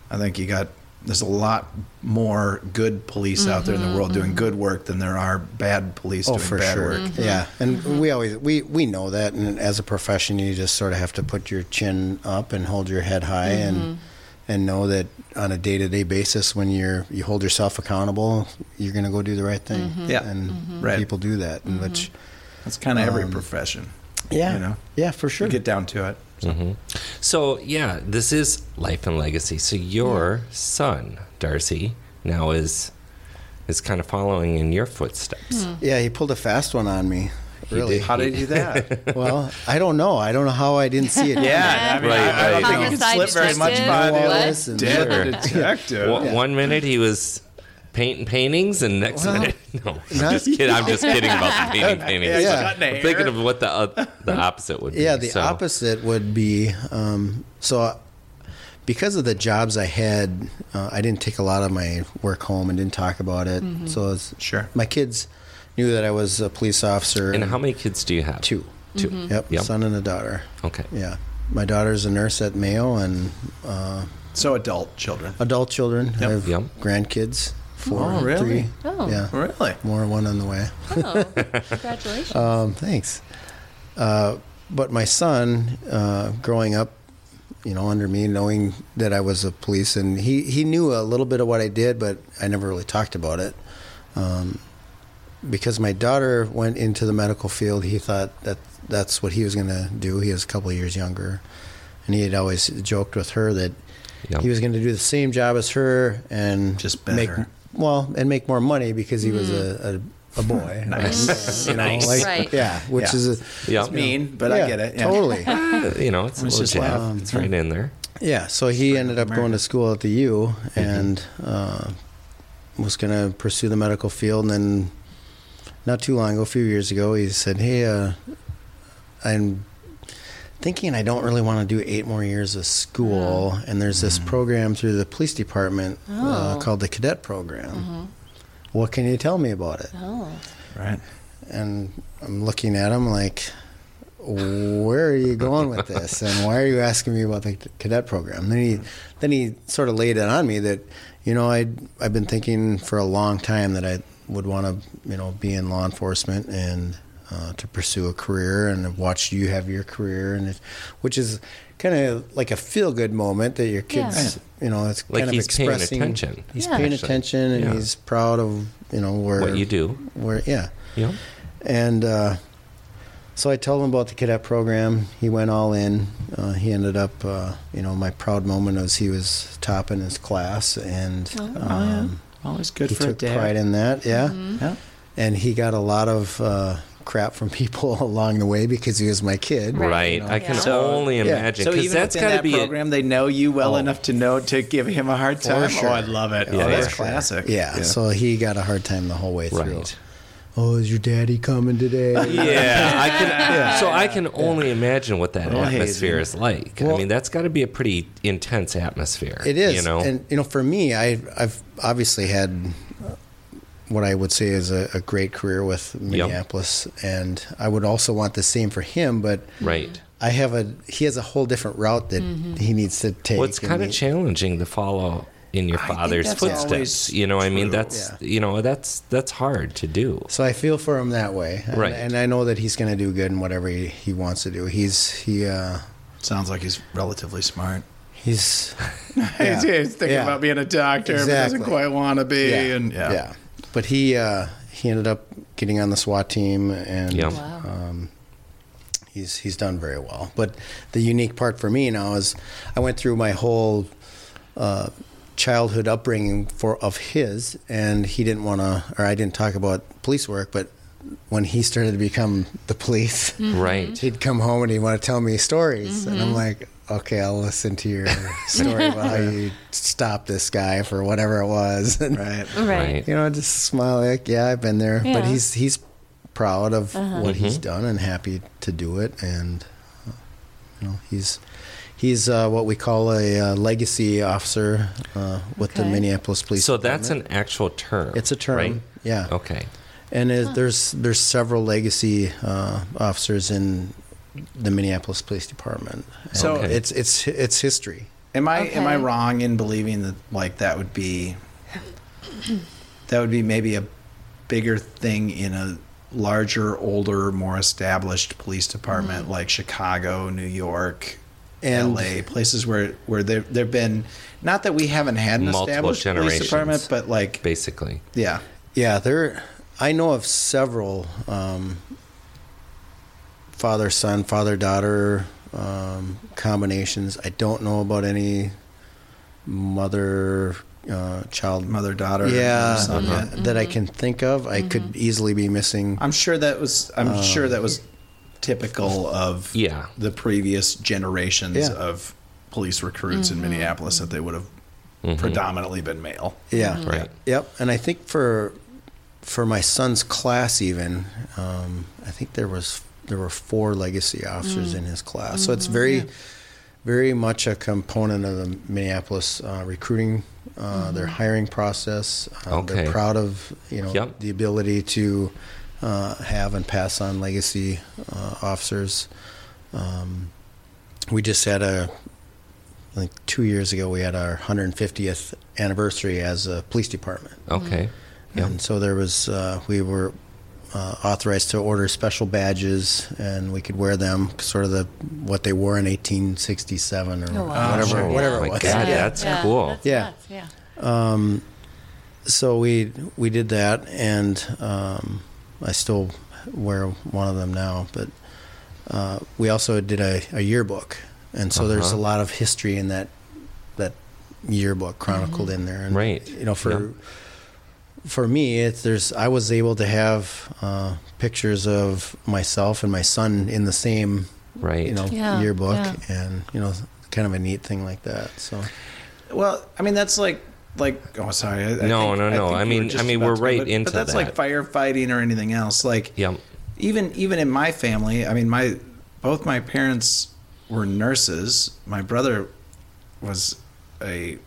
[SPEAKER 1] I think you got there's a lot more good police out there in the world doing good work than there are bad police
[SPEAKER 4] oh,
[SPEAKER 1] doing
[SPEAKER 4] for
[SPEAKER 1] bad
[SPEAKER 4] sure,
[SPEAKER 1] work.
[SPEAKER 4] yeah. And we always we we know that, and as a profession, you just sort of have to put your chin up and hold your head high, and and know that on a day to day basis, when you're you hold yourself accountable, you're gonna go do the right thing.
[SPEAKER 1] Yeah.
[SPEAKER 4] and
[SPEAKER 1] Right.
[SPEAKER 4] people do that, and which
[SPEAKER 1] That's kind of
[SPEAKER 2] Um,
[SPEAKER 1] every profession.
[SPEAKER 4] yeah,
[SPEAKER 1] you know,
[SPEAKER 4] yeah, for
[SPEAKER 1] you
[SPEAKER 4] sure.
[SPEAKER 1] get down to it. So,
[SPEAKER 2] So yeah, this is life and legacy. So your son Darcy now is is kind of following in your footsteps.
[SPEAKER 4] yeah, he pulled a fast one on me. Really?
[SPEAKER 2] did.
[SPEAKER 1] How did you do that?
[SPEAKER 4] Well, I don't know. I don't know how I didn't see it.
[SPEAKER 1] yeah, I mean, I- I,
[SPEAKER 2] Right,
[SPEAKER 1] don't
[SPEAKER 2] right.
[SPEAKER 1] think you can slip very much
[SPEAKER 3] Homicide
[SPEAKER 1] by
[SPEAKER 3] detective,
[SPEAKER 1] the
[SPEAKER 3] what?
[SPEAKER 4] Listen,
[SPEAKER 1] dead
[SPEAKER 2] Sure.
[SPEAKER 1] detective.
[SPEAKER 2] One- One minute he was painting paintings, and next
[SPEAKER 4] Well,
[SPEAKER 2] minute, no, I'm
[SPEAKER 4] not-
[SPEAKER 2] just kidding. I'm just kidding about the painting paintings.
[SPEAKER 4] yeah.
[SPEAKER 2] I'm thinking of what the uh, the opposite would be.
[SPEAKER 4] Yeah, the
[SPEAKER 2] so.
[SPEAKER 4] opposite would be um, so. uh, Because of the jobs I had, uh, I didn't take a lot of my work home and didn't talk about it. So it's,
[SPEAKER 1] Sure.
[SPEAKER 4] my kids knew that I was a police officer.
[SPEAKER 2] And how many kids do you have?
[SPEAKER 4] Two.
[SPEAKER 2] Two.
[SPEAKER 4] Yep,
[SPEAKER 2] Yep.
[SPEAKER 4] son and a daughter.
[SPEAKER 2] Okay.
[SPEAKER 4] Yeah, my daughter's a nurse at Mayo, and uh,
[SPEAKER 1] So adult children.
[SPEAKER 4] adult children.
[SPEAKER 1] Yep.
[SPEAKER 4] I have
[SPEAKER 2] Yep.
[SPEAKER 4] grandkids. Four,
[SPEAKER 1] Oh, really?
[SPEAKER 4] three.
[SPEAKER 3] Oh.
[SPEAKER 4] Yeah,
[SPEAKER 1] Really?
[SPEAKER 4] more one on the way.
[SPEAKER 3] Oh, congratulations.
[SPEAKER 4] Um, thanks. Uh, but my son, uh, growing up, you know, under me, knowing that I was a police, and he, he knew a little bit of what I did, but I never really talked about it. Um, because my daughter went into the medical field, he thought that that's what he was going to do. He was a couple of years younger, and he had always joked with her that
[SPEAKER 2] Yep.
[SPEAKER 4] he was going to do the same job as her and
[SPEAKER 1] Just
[SPEAKER 4] make
[SPEAKER 1] better.
[SPEAKER 4] well and make more money because he was a, a, a boy.
[SPEAKER 1] Nice.
[SPEAKER 4] You know,
[SPEAKER 2] Nice.
[SPEAKER 4] like,
[SPEAKER 3] Right.
[SPEAKER 4] yeah, which
[SPEAKER 1] Yeah.
[SPEAKER 4] is a
[SPEAKER 2] Yeah.
[SPEAKER 1] It's mean, but
[SPEAKER 4] yeah,
[SPEAKER 1] I get it. Yeah. Um,
[SPEAKER 4] Totally.
[SPEAKER 2] you know, it's,
[SPEAKER 1] It's
[SPEAKER 2] a little
[SPEAKER 1] just
[SPEAKER 2] jab.
[SPEAKER 4] like-
[SPEAKER 2] it's right in there.
[SPEAKER 4] Yeah. So he ended up going
[SPEAKER 1] America.
[SPEAKER 4] to school at the U and uh, was going to pursue the medical field. And then, not too long ago, a few years ago, he said, "Hey, uh, I'm thinking I don't really want to do eight more years of school, and there's
[SPEAKER 1] Mm.
[SPEAKER 4] this program through the police department uh,
[SPEAKER 3] Oh.
[SPEAKER 4] called the cadet program. What can you tell me about it?"
[SPEAKER 3] Mm-hmm. oh.
[SPEAKER 1] Right.
[SPEAKER 4] and I'm looking at him like, where are you going with this? And why are you asking me about the cadet program? then he, then he sort of laid it on me that, you know, I I've been thinking for a long time that I would want to, you know, be in law enforcement and uh, to pursue a career and I've watched you have your career and it, which is kind of like a feel good moment that your
[SPEAKER 3] Yeah.
[SPEAKER 4] kids, you know, it's
[SPEAKER 2] Like
[SPEAKER 4] kind
[SPEAKER 2] he's
[SPEAKER 4] of
[SPEAKER 2] paying
[SPEAKER 4] expressing
[SPEAKER 2] attention,
[SPEAKER 4] He's
[SPEAKER 3] Yeah.
[SPEAKER 4] paying
[SPEAKER 2] actually.
[SPEAKER 4] attention and
[SPEAKER 2] Yeah.
[SPEAKER 4] he's proud of you know where
[SPEAKER 2] What you do.
[SPEAKER 4] where yeah
[SPEAKER 2] Yep.
[SPEAKER 4] and uh, so I told him about the cadet program. He went all in. Uh, he ended up, uh, you know, my proud moment was he was top in his class, and
[SPEAKER 3] Oh, Mm-hmm.
[SPEAKER 4] um,
[SPEAKER 1] Always good
[SPEAKER 4] he
[SPEAKER 1] for a
[SPEAKER 4] took
[SPEAKER 1] dad.
[SPEAKER 4] pride in that. Yeah,
[SPEAKER 1] Yeah.
[SPEAKER 4] and he got a lot of uh, crap from people along the way because he was my kid.
[SPEAKER 2] Right.
[SPEAKER 3] Right.
[SPEAKER 2] I can
[SPEAKER 3] Yeah.
[SPEAKER 1] So-
[SPEAKER 2] only
[SPEAKER 4] Yeah.
[SPEAKER 2] imagine
[SPEAKER 1] So
[SPEAKER 2] because
[SPEAKER 1] even
[SPEAKER 2] that's
[SPEAKER 1] within that
[SPEAKER 2] got to be.
[SPEAKER 1] program, they know you well
[SPEAKER 4] Oh.
[SPEAKER 1] enough to know to give him a hard time.
[SPEAKER 4] sure.
[SPEAKER 1] Oh, I love it.
[SPEAKER 2] Yeah,
[SPEAKER 1] oh, that's
[SPEAKER 2] for sure.
[SPEAKER 1] classic.
[SPEAKER 4] Yeah, so he got a hard time the whole way through.
[SPEAKER 2] Right.
[SPEAKER 4] Oh, is your daddy coming today?
[SPEAKER 2] yeah, I can. So I can only imagine what that
[SPEAKER 1] Well,
[SPEAKER 2] atmosphere is like. I
[SPEAKER 4] Well-
[SPEAKER 2] mean, that's got to be a pretty intense atmosphere.
[SPEAKER 4] It is,
[SPEAKER 2] You know.
[SPEAKER 4] and you know, for me, I, I've obviously had uh, what I would say is a, a great career with Minneapolis, and I would also want the same for him. But
[SPEAKER 2] right.
[SPEAKER 4] I have a he has a whole different route that
[SPEAKER 1] Mm-hmm.
[SPEAKER 4] he needs to take.
[SPEAKER 2] Well, it's
[SPEAKER 4] and
[SPEAKER 2] kind of
[SPEAKER 4] he-
[SPEAKER 2] challenging to follow in your
[SPEAKER 1] think
[SPEAKER 2] father's
[SPEAKER 1] that's
[SPEAKER 2] footsteps.
[SPEAKER 1] always
[SPEAKER 2] You know, I mean,
[SPEAKER 1] true.
[SPEAKER 2] that's
[SPEAKER 4] Yeah.
[SPEAKER 2] you know, that's that's hard to do.
[SPEAKER 4] So I feel for him that way, and,
[SPEAKER 2] Right.
[SPEAKER 4] And I know that he's going to do good in whatever he, he wants to do. He's he uh,
[SPEAKER 1] Sounds like he's relatively smart.
[SPEAKER 4] he's
[SPEAKER 1] He's, he's thinking
[SPEAKER 4] Yeah.
[SPEAKER 1] about being a doctor, but doesn't
[SPEAKER 4] Exactly.
[SPEAKER 1] quite want to be. And
[SPEAKER 4] yeah. But he uh, he ended up getting on the SWAT team, and
[SPEAKER 2] Yeah.
[SPEAKER 3] Wow.
[SPEAKER 4] um, he's he's done very well. But the unique part for me now is I went through my whole uh, childhood upbringing for of his, and he didn't want to, or I didn't talk about police work, but. When he started to become the police,
[SPEAKER 2] Right.
[SPEAKER 4] he'd come home and he'd want to tell me stories, and I'm like, "Okay, I'll listen to your story about how you stopped this guy for whatever it was." And
[SPEAKER 1] Right.
[SPEAKER 3] Right.
[SPEAKER 4] you know, just smile like, yeah, I've been there.
[SPEAKER 3] Yeah. Uh-huh.
[SPEAKER 4] But he's he's proud of what he's
[SPEAKER 2] Mm-hmm.
[SPEAKER 4] done and happy to do it. And uh, you know, he's he's uh, what we call a uh, legacy officer uh, with the
[SPEAKER 3] Okay.
[SPEAKER 4] Minneapolis Police.
[SPEAKER 2] So that's
[SPEAKER 4] Department.
[SPEAKER 2] an actual term.
[SPEAKER 4] it's a term,
[SPEAKER 2] Right? Oh.
[SPEAKER 4] yeah.
[SPEAKER 2] Okay.
[SPEAKER 4] And it, there's there's several legacy uh, officers in the Minneapolis Police Department.
[SPEAKER 1] So-
[SPEAKER 4] So it's it's it's history.
[SPEAKER 1] Am I am I
[SPEAKER 3] Okay.
[SPEAKER 1] wrong in believing that like that would be that would be maybe a bigger thing in a larger, older, more established police department like Chicago, New York,
[SPEAKER 4] And-
[SPEAKER 1] LA, places where where there there've been not that we haven't had an
[SPEAKER 2] Multiple
[SPEAKER 1] established police
[SPEAKER 2] generations.
[SPEAKER 1] department, but like
[SPEAKER 2] Basically.
[SPEAKER 1] yeah.
[SPEAKER 4] Yeah, there. I know of several um, father son, father daughter um, combinations. I don't know about any mother uh, child
[SPEAKER 1] Mother daughter
[SPEAKER 4] Yeah, Uh-huh.
[SPEAKER 1] son, yeah.
[SPEAKER 4] that- that I can think of. I could easily be missing.
[SPEAKER 1] I'm sure that was. I'm sure that was typical of
[SPEAKER 2] Um, Yeah.
[SPEAKER 1] the previous generations
[SPEAKER 4] Yeah.
[SPEAKER 1] of police recruits in Minneapolis that they would have
[SPEAKER 2] Mm-hmm.
[SPEAKER 1] predominantly been male.
[SPEAKER 4] Yeah,
[SPEAKER 2] Right.
[SPEAKER 4] Yep, and I think for for my son's class, even um, I think there was there were four legacy officers
[SPEAKER 2] Mm.
[SPEAKER 4] in his class, so
[SPEAKER 2] Mm-hmm.
[SPEAKER 4] it's very very much a component of the Minneapolis uh, recruiting, uh, their hiring process. Uh,
[SPEAKER 2] Mm-hmm. Okay.
[SPEAKER 4] They're proud of you know
[SPEAKER 2] Yep.
[SPEAKER 4] the ability to uh, have and pass on legacy uh, officers. Um, we just had a like two years ago we had our 150th anniversary as a police department
[SPEAKER 2] Okay. Yeah.
[SPEAKER 4] and so there was uh, we were uh, authorized to order special badges and we could wear them sort of the what they wore in 1867 or
[SPEAKER 3] Oh, wow.
[SPEAKER 4] whatever
[SPEAKER 2] Sure.
[SPEAKER 4] whatever
[SPEAKER 2] Oh,
[SPEAKER 4] it
[SPEAKER 2] my
[SPEAKER 4] was
[SPEAKER 2] God, that's cool.
[SPEAKER 3] that's
[SPEAKER 4] Yeah.
[SPEAKER 3] nuts, yeah.
[SPEAKER 4] so we we did that, and um, I still wear one of them now. But uh, we also did a, a yearbook, and so there's a
[SPEAKER 2] Uh-huh.
[SPEAKER 4] lot of history in that that yearbook chronicled
[SPEAKER 3] Mm-hmm.
[SPEAKER 4] in there. And,
[SPEAKER 2] Right.
[SPEAKER 4] You know, for
[SPEAKER 2] Yeah.
[SPEAKER 4] for me, it's there's I was able to have uh, pictures of myself and my son in the same
[SPEAKER 2] Right.
[SPEAKER 4] you know
[SPEAKER 3] Yeah,
[SPEAKER 4] yearbook,
[SPEAKER 3] yeah.
[SPEAKER 4] and you know, kind of a neat thing like that. So.
[SPEAKER 1] Well, I mean that's like like oh sorry. I, I
[SPEAKER 2] No,
[SPEAKER 1] think-
[SPEAKER 2] no, no.
[SPEAKER 1] think
[SPEAKER 2] I
[SPEAKER 1] you
[SPEAKER 2] mean-
[SPEAKER 1] were just
[SPEAKER 2] I mean,
[SPEAKER 1] about
[SPEAKER 2] we're
[SPEAKER 1] to-
[SPEAKER 2] right
[SPEAKER 1] but,
[SPEAKER 2] into
[SPEAKER 1] but that's like
[SPEAKER 2] that.
[SPEAKER 1] firefighting or anything else. Like
[SPEAKER 2] Yep.
[SPEAKER 1] even even in my family, I mean my both my parents were nurses. My brother was a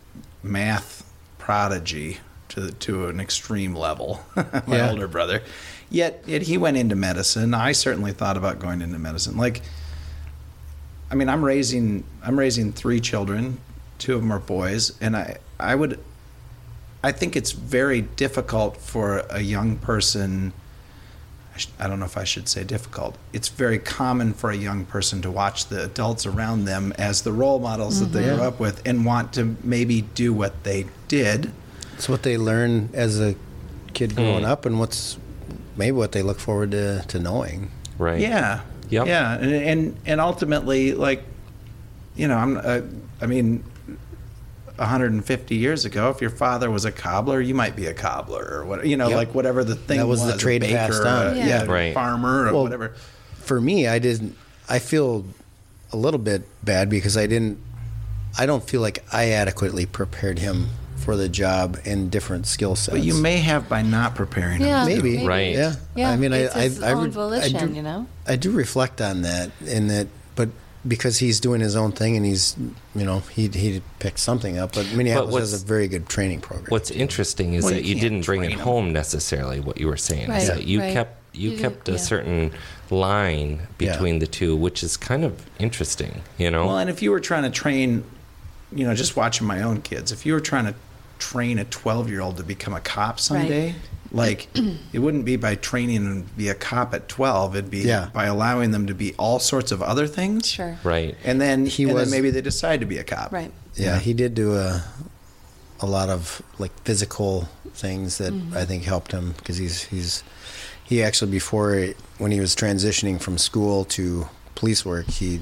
[SPEAKER 1] math prodigy to the, to an extreme level. my
[SPEAKER 4] Yeah.
[SPEAKER 1] older brother. Yet, yet he went into medicine. I certainly thought about going into medicine. Like I mean, I'm raising I'm raising three children. Two of them are boys, and I I would I think it's very difficult for a young person. I, sh- I don't know if I should say difficult. It's very common for a young person to watch the adults around them as the role models that
[SPEAKER 4] Mm-hmm.
[SPEAKER 1] they grew up with and want to maybe do what they did.
[SPEAKER 4] It's what they learn as a kid
[SPEAKER 1] Hmm.
[SPEAKER 4] growing up, and what's maybe what they look forward to, to knowing.
[SPEAKER 2] Right.
[SPEAKER 1] Yeah.
[SPEAKER 2] Yep.
[SPEAKER 1] Yeah, and, and and ultimately, like, you know, I'm, uh, I mean, 150 years ago, if your father was a cobbler, you might be a cobbler or what, you know,
[SPEAKER 4] Yep.
[SPEAKER 1] like whatever the thing
[SPEAKER 4] That was the
[SPEAKER 1] a
[SPEAKER 4] trade
[SPEAKER 1] baker,
[SPEAKER 4] passed
[SPEAKER 1] or a-
[SPEAKER 4] on.
[SPEAKER 1] yeah,
[SPEAKER 3] Yeah.
[SPEAKER 2] Right.
[SPEAKER 1] farmer or
[SPEAKER 4] Well,
[SPEAKER 1] whatever.
[SPEAKER 4] For me, I didn't. I feel a little bit bad because I didn't. I don't feel like I adequately prepared him for the job and different skill sets.
[SPEAKER 1] But you may have by not preparing him.
[SPEAKER 3] Yeah.
[SPEAKER 4] maybe,
[SPEAKER 3] Maybe.
[SPEAKER 2] Right.
[SPEAKER 4] Yeah,
[SPEAKER 3] Yeah,
[SPEAKER 4] I mean,
[SPEAKER 3] it's
[SPEAKER 4] I,
[SPEAKER 3] his
[SPEAKER 4] I, I,
[SPEAKER 3] own
[SPEAKER 4] re-
[SPEAKER 3] volition,
[SPEAKER 4] I do,
[SPEAKER 3] you know?
[SPEAKER 4] I do reflect on that, in that, but because he's doing his own thing and he's, you know, he he picked something up. But Minneapolis has
[SPEAKER 2] what's-
[SPEAKER 4] a very good training program.
[SPEAKER 2] What's interesting is
[SPEAKER 1] Well, you
[SPEAKER 2] that you,
[SPEAKER 1] can't
[SPEAKER 2] didn't bring it
[SPEAKER 1] train 'em.
[SPEAKER 2] home necessarily. What you were saying
[SPEAKER 3] Right,
[SPEAKER 2] is that you
[SPEAKER 3] right.
[SPEAKER 2] kept you,
[SPEAKER 3] You didn't-
[SPEAKER 2] kept a
[SPEAKER 3] yeah.
[SPEAKER 2] certain line
[SPEAKER 4] Yeah.
[SPEAKER 2] between the two, which is kind of interesting. You know.
[SPEAKER 1] Well, and if you were trying to train, you know, just watching my own kids, if you were trying to train a 12 year old to become a cop someday, like it wouldn't be by training them to be a cop at 12, it'd be
[SPEAKER 4] Yeah.
[SPEAKER 1] by allowing them to be all sorts of other things.
[SPEAKER 3] Sure.
[SPEAKER 2] right.
[SPEAKER 1] And then,
[SPEAKER 4] He
[SPEAKER 1] and then
[SPEAKER 4] was-
[SPEAKER 1] maybe they decide to be a cop.
[SPEAKER 3] Right.
[SPEAKER 4] Yeah, he did do a a lot of like physical things that I think helped him because he's he's he actually before it- when he was transitioning from school to police work he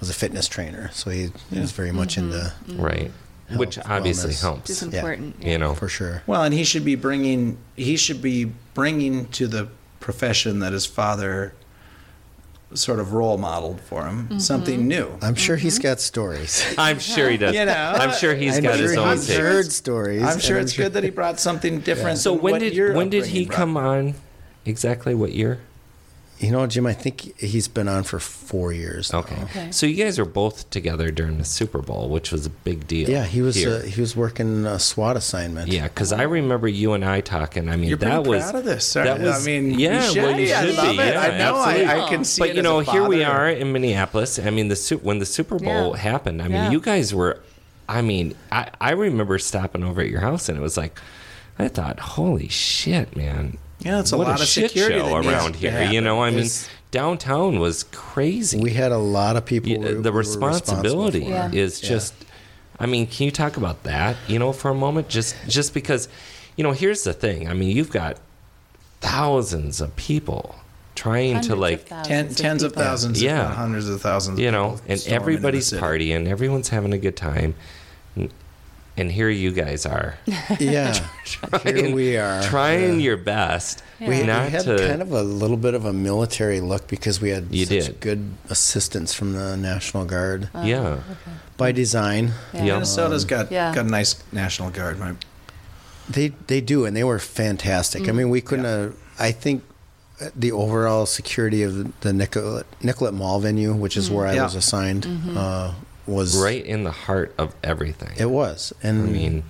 [SPEAKER 4] was a fitness trainer so he, he was very much into
[SPEAKER 3] Mm.
[SPEAKER 2] Right. Which
[SPEAKER 4] Health,
[SPEAKER 2] obviously
[SPEAKER 4] wellness.
[SPEAKER 3] Which
[SPEAKER 2] helps.
[SPEAKER 3] is important.
[SPEAKER 2] You know.
[SPEAKER 4] for sure
[SPEAKER 1] Well, and he should be bringing he should be bringing to the profession that his father sort of role modeled for him
[SPEAKER 3] Mm-hmm.
[SPEAKER 1] something new.
[SPEAKER 4] I'm sure he's got stories
[SPEAKER 2] I'm sure he does.
[SPEAKER 1] You know,
[SPEAKER 2] I'm sure he's
[SPEAKER 4] I'm
[SPEAKER 2] got
[SPEAKER 4] sure
[SPEAKER 2] his own
[SPEAKER 4] he's
[SPEAKER 2] take.
[SPEAKER 4] heard stories
[SPEAKER 1] I'm
[SPEAKER 4] and
[SPEAKER 1] sure it's good that he brought something different.
[SPEAKER 2] So
[SPEAKER 1] than
[SPEAKER 2] when
[SPEAKER 1] what your
[SPEAKER 2] did when did he
[SPEAKER 1] upbringing brought.
[SPEAKER 2] come on? Exactly what year?
[SPEAKER 4] you know Jim I think he's been on for four years now.
[SPEAKER 2] Okay.
[SPEAKER 3] Okay.
[SPEAKER 2] So you guys were both together during the Super Bowl, which was a big deal.
[SPEAKER 4] yeah he was
[SPEAKER 2] here.
[SPEAKER 4] uh, he was working a SWAT assignment
[SPEAKER 2] Yeah, because I remember you and I talking. I mean,
[SPEAKER 1] You're
[SPEAKER 2] that
[SPEAKER 1] pretty
[SPEAKER 2] was
[SPEAKER 1] proud of this.
[SPEAKER 2] that was-
[SPEAKER 1] I mean,
[SPEAKER 2] yeah,
[SPEAKER 1] you should,
[SPEAKER 2] well, you
[SPEAKER 1] be. I
[SPEAKER 2] should
[SPEAKER 1] love
[SPEAKER 2] be,
[SPEAKER 1] It.
[SPEAKER 2] yeah,
[SPEAKER 1] I know. I, I
[SPEAKER 3] absolutely.
[SPEAKER 1] can see.
[SPEAKER 2] but
[SPEAKER 1] it
[SPEAKER 2] you
[SPEAKER 1] as
[SPEAKER 2] know,
[SPEAKER 1] a
[SPEAKER 2] here we
[SPEAKER 1] father.
[SPEAKER 2] are in Minneapolis. I mean, the Su- when the Super Bowl
[SPEAKER 3] Yeah.
[SPEAKER 2] happened, I mean,
[SPEAKER 3] Yeah.
[SPEAKER 2] you guys were. I mean, I I remember stopping over at your house, and it was like, I thought, holy shit, man.
[SPEAKER 1] Yeah, it's a
[SPEAKER 2] what
[SPEAKER 1] lot of
[SPEAKER 2] shit
[SPEAKER 1] security
[SPEAKER 2] show
[SPEAKER 1] that needs
[SPEAKER 2] around
[SPEAKER 1] to
[SPEAKER 2] here.
[SPEAKER 1] happen.
[SPEAKER 2] You know, I mean,
[SPEAKER 4] It's-
[SPEAKER 2] downtown was crazy.
[SPEAKER 4] we had a lot of people
[SPEAKER 2] Y-
[SPEAKER 4] we- we
[SPEAKER 2] the
[SPEAKER 4] were responsible
[SPEAKER 2] responsibility
[SPEAKER 4] for.
[SPEAKER 3] Yeah.
[SPEAKER 2] is just i mean can you talk about that you know for a moment just just because you know here's the thing i mean you've got thousands of people trying
[SPEAKER 3] Hundreds
[SPEAKER 2] to
[SPEAKER 3] of
[SPEAKER 2] like
[SPEAKER 3] thousands
[SPEAKER 1] Ten, tens of
[SPEAKER 3] people.
[SPEAKER 1] thousands, yeah,
[SPEAKER 2] Yeah.
[SPEAKER 1] hundreds of thousands,
[SPEAKER 2] you
[SPEAKER 1] of
[SPEAKER 2] know
[SPEAKER 1] people
[SPEAKER 2] and
[SPEAKER 1] storming into the
[SPEAKER 2] everybody's
[SPEAKER 1] city.
[SPEAKER 2] partying everyone's having a good time and, and here you guys are
[SPEAKER 4] Yeah. Here we are.
[SPEAKER 2] trying your best
[SPEAKER 4] we, we
[SPEAKER 2] not
[SPEAKER 4] had
[SPEAKER 2] to
[SPEAKER 4] kind of a little bit of a military look because we had
[SPEAKER 2] You
[SPEAKER 4] such
[SPEAKER 2] did.
[SPEAKER 4] good assistance from the National Guard
[SPEAKER 1] Oh,
[SPEAKER 2] yeah
[SPEAKER 4] by design.
[SPEAKER 3] Yeah.
[SPEAKER 2] Yeah.
[SPEAKER 1] Minnesota's got
[SPEAKER 3] Yeah.
[SPEAKER 1] got a nice National Guard. My
[SPEAKER 4] They they do, and they were fantastic.
[SPEAKER 2] Mm.
[SPEAKER 4] I mean, we couldn't. Uh, I think uh, the overall security of the Nicollet, Nicollet Mall venue, which
[SPEAKER 2] Mm.
[SPEAKER 4] is where I
[SPEAKER 1] Yeah.
[SPEAKER 4] was assigned,
[SPEAKER 2] Mm-hmm.
[SPEAKER 4] uh, was
[SPEAKER 2] right in the heart of everything
[SPEAKER 4] It was, and
[SPEAKER 2] i mean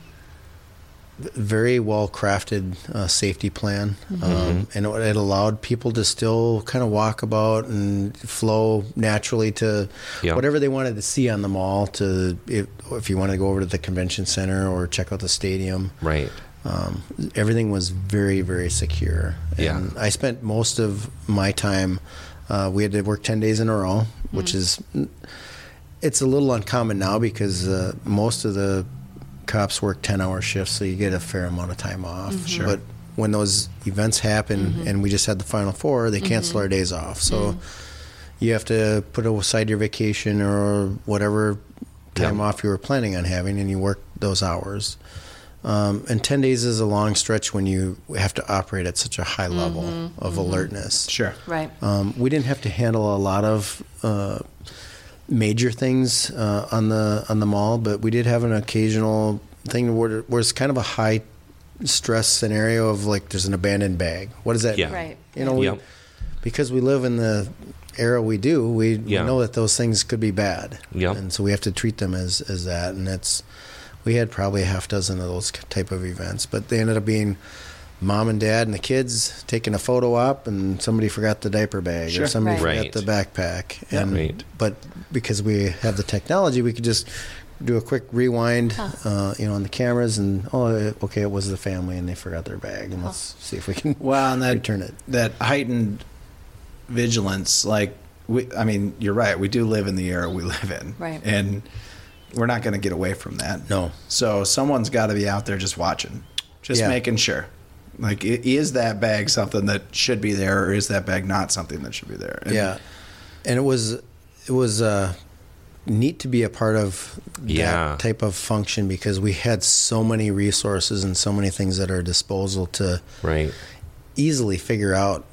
[SPEAKER 4] very well crafted uh, safety plan, um, and it, it allowed people to still kind of walk about and flow naturally to
[SPEAKER 2] Yeah.
[SPEAKER 4] whatever they wanted to see on the mall. To if, if you wanted to go over to the convention center or check out the stadium,
[SPEAKER 2] Right.
[SPEAKER 4] um, everything was very very secure and i spent most of my time uh, we had to work 10 days in a row which is it's a little uncommon now because uh, most of the cops work 10 hour shifts so you get a fair amount of time off
[SPEAKER 1] Sure.
[SPEAKER 4] but when those events happen and we just had the final four they cancel our days off so you have to put aside your vacation or whatever time
[SPEAKER 2] Yeah.
[SPEAKER 4] off you were planning on having and you work those hours um, and 10 days is a long stretch when you have to operate at such a high level of alertness
[SPEAKER 1] Sure.
[SPEAKER 3] Right.
[SPEAKER 4] um, we didn't have to handle a lot of uh, major things uh, on the on the mall, but we did have an occasional thing where where it's kind of a high stress scenario of like there's an abandoned bag. What does that?
[SPEAKER 2] Yeah.
[SPEAKER 3] Right.
[SPEAKER 4] You know, we,
[SPEAKER 2] Yep.
[SPEAKER 4] because we live in the era we do, we, we
[SPEAKER 2] Yeah.
[SPEAKER 4] know that those things could be bad.
[SPEAKER 2] Yep.
[SPEAKER 4] And so we have to treat them as as that, and it's we had probably a half dozen of those type of events, but they ended up being mom and dad and the kids taking a photo op, and somebody forgot the diaper bag
[SPEAKER 1] Sure.
[SPEAKER 4] or somebody
[SPEAKER 2] Right.
[SPEAKER 4] forgot the backpack.
[SPEAKER 1] Yeah.
[SPEAKER 4] And
[SPEAKER 2] Right.
[SPEAKER 4] but because we have the technology, we could just do a quick rewind, uh, you know, on the cameras, and oh, okay, it was the family, and they forgot their bag, and let's see if we can
[SPEAKER 1] Well, and that
[SPEAKER 4] return it.
[SPEAKER 1] that heightened vigilance, like we, I mean, you're right. We do live in the era we live in,
[SPEAKER 3] Right.
[SPEAKER 1] And we're not going to get away from that.
[SPEAKER 4] No.
[SPEAKER 1] So someone's got to be out there just watching, just
[SPEAKER 4] Yeah.
[SPEAKER 1] making sure. Like, i- is that bag something that should be there, or is that bag not something that should be there? And
[SPEAKER 4] yeah and it was it was uh neat to be a part of that
[SPEAKER 2] Yeah.
[SPEAKER 4] type of function because we had so many resources and so many things at our disposal to
[SPEAKER 2] Right.
[SPEAKER 4] easily figure out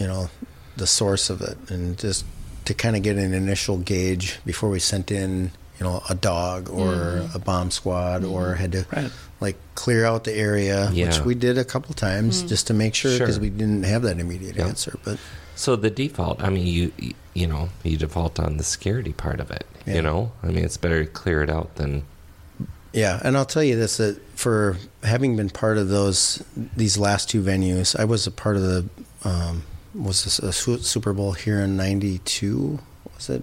[SPEAKER 4] you know the source of it and just to kind of get an initial gauge before we sent in you know a dog or a bomb squad or had to
[SPEAKER 1] Right.
[SPEAKER 4] like clear out the area which
[SPEAKER 2] Yeah.
[SPEAKER 4] we did a couple times just to make sure because
[SPEAKER 2] Sure.
[SPEAKER 4] we didn't have that immediate
[SPEAKER 2] Yep.
[SPEAKER 4] answer but
[SPEAKER 2] So the default, I mean, you you- you know, you default on the security part of it.
[SPEAKER 4] Yeah.
[SPEAKER 2] You know, I mean, it's better to clear it out than
[SPEAKER 4] Yeah, and I'll tell you this: that for having been part of those these last two venues, I was a part of the um, was this a Su- Super Bowl here in '92? Was it?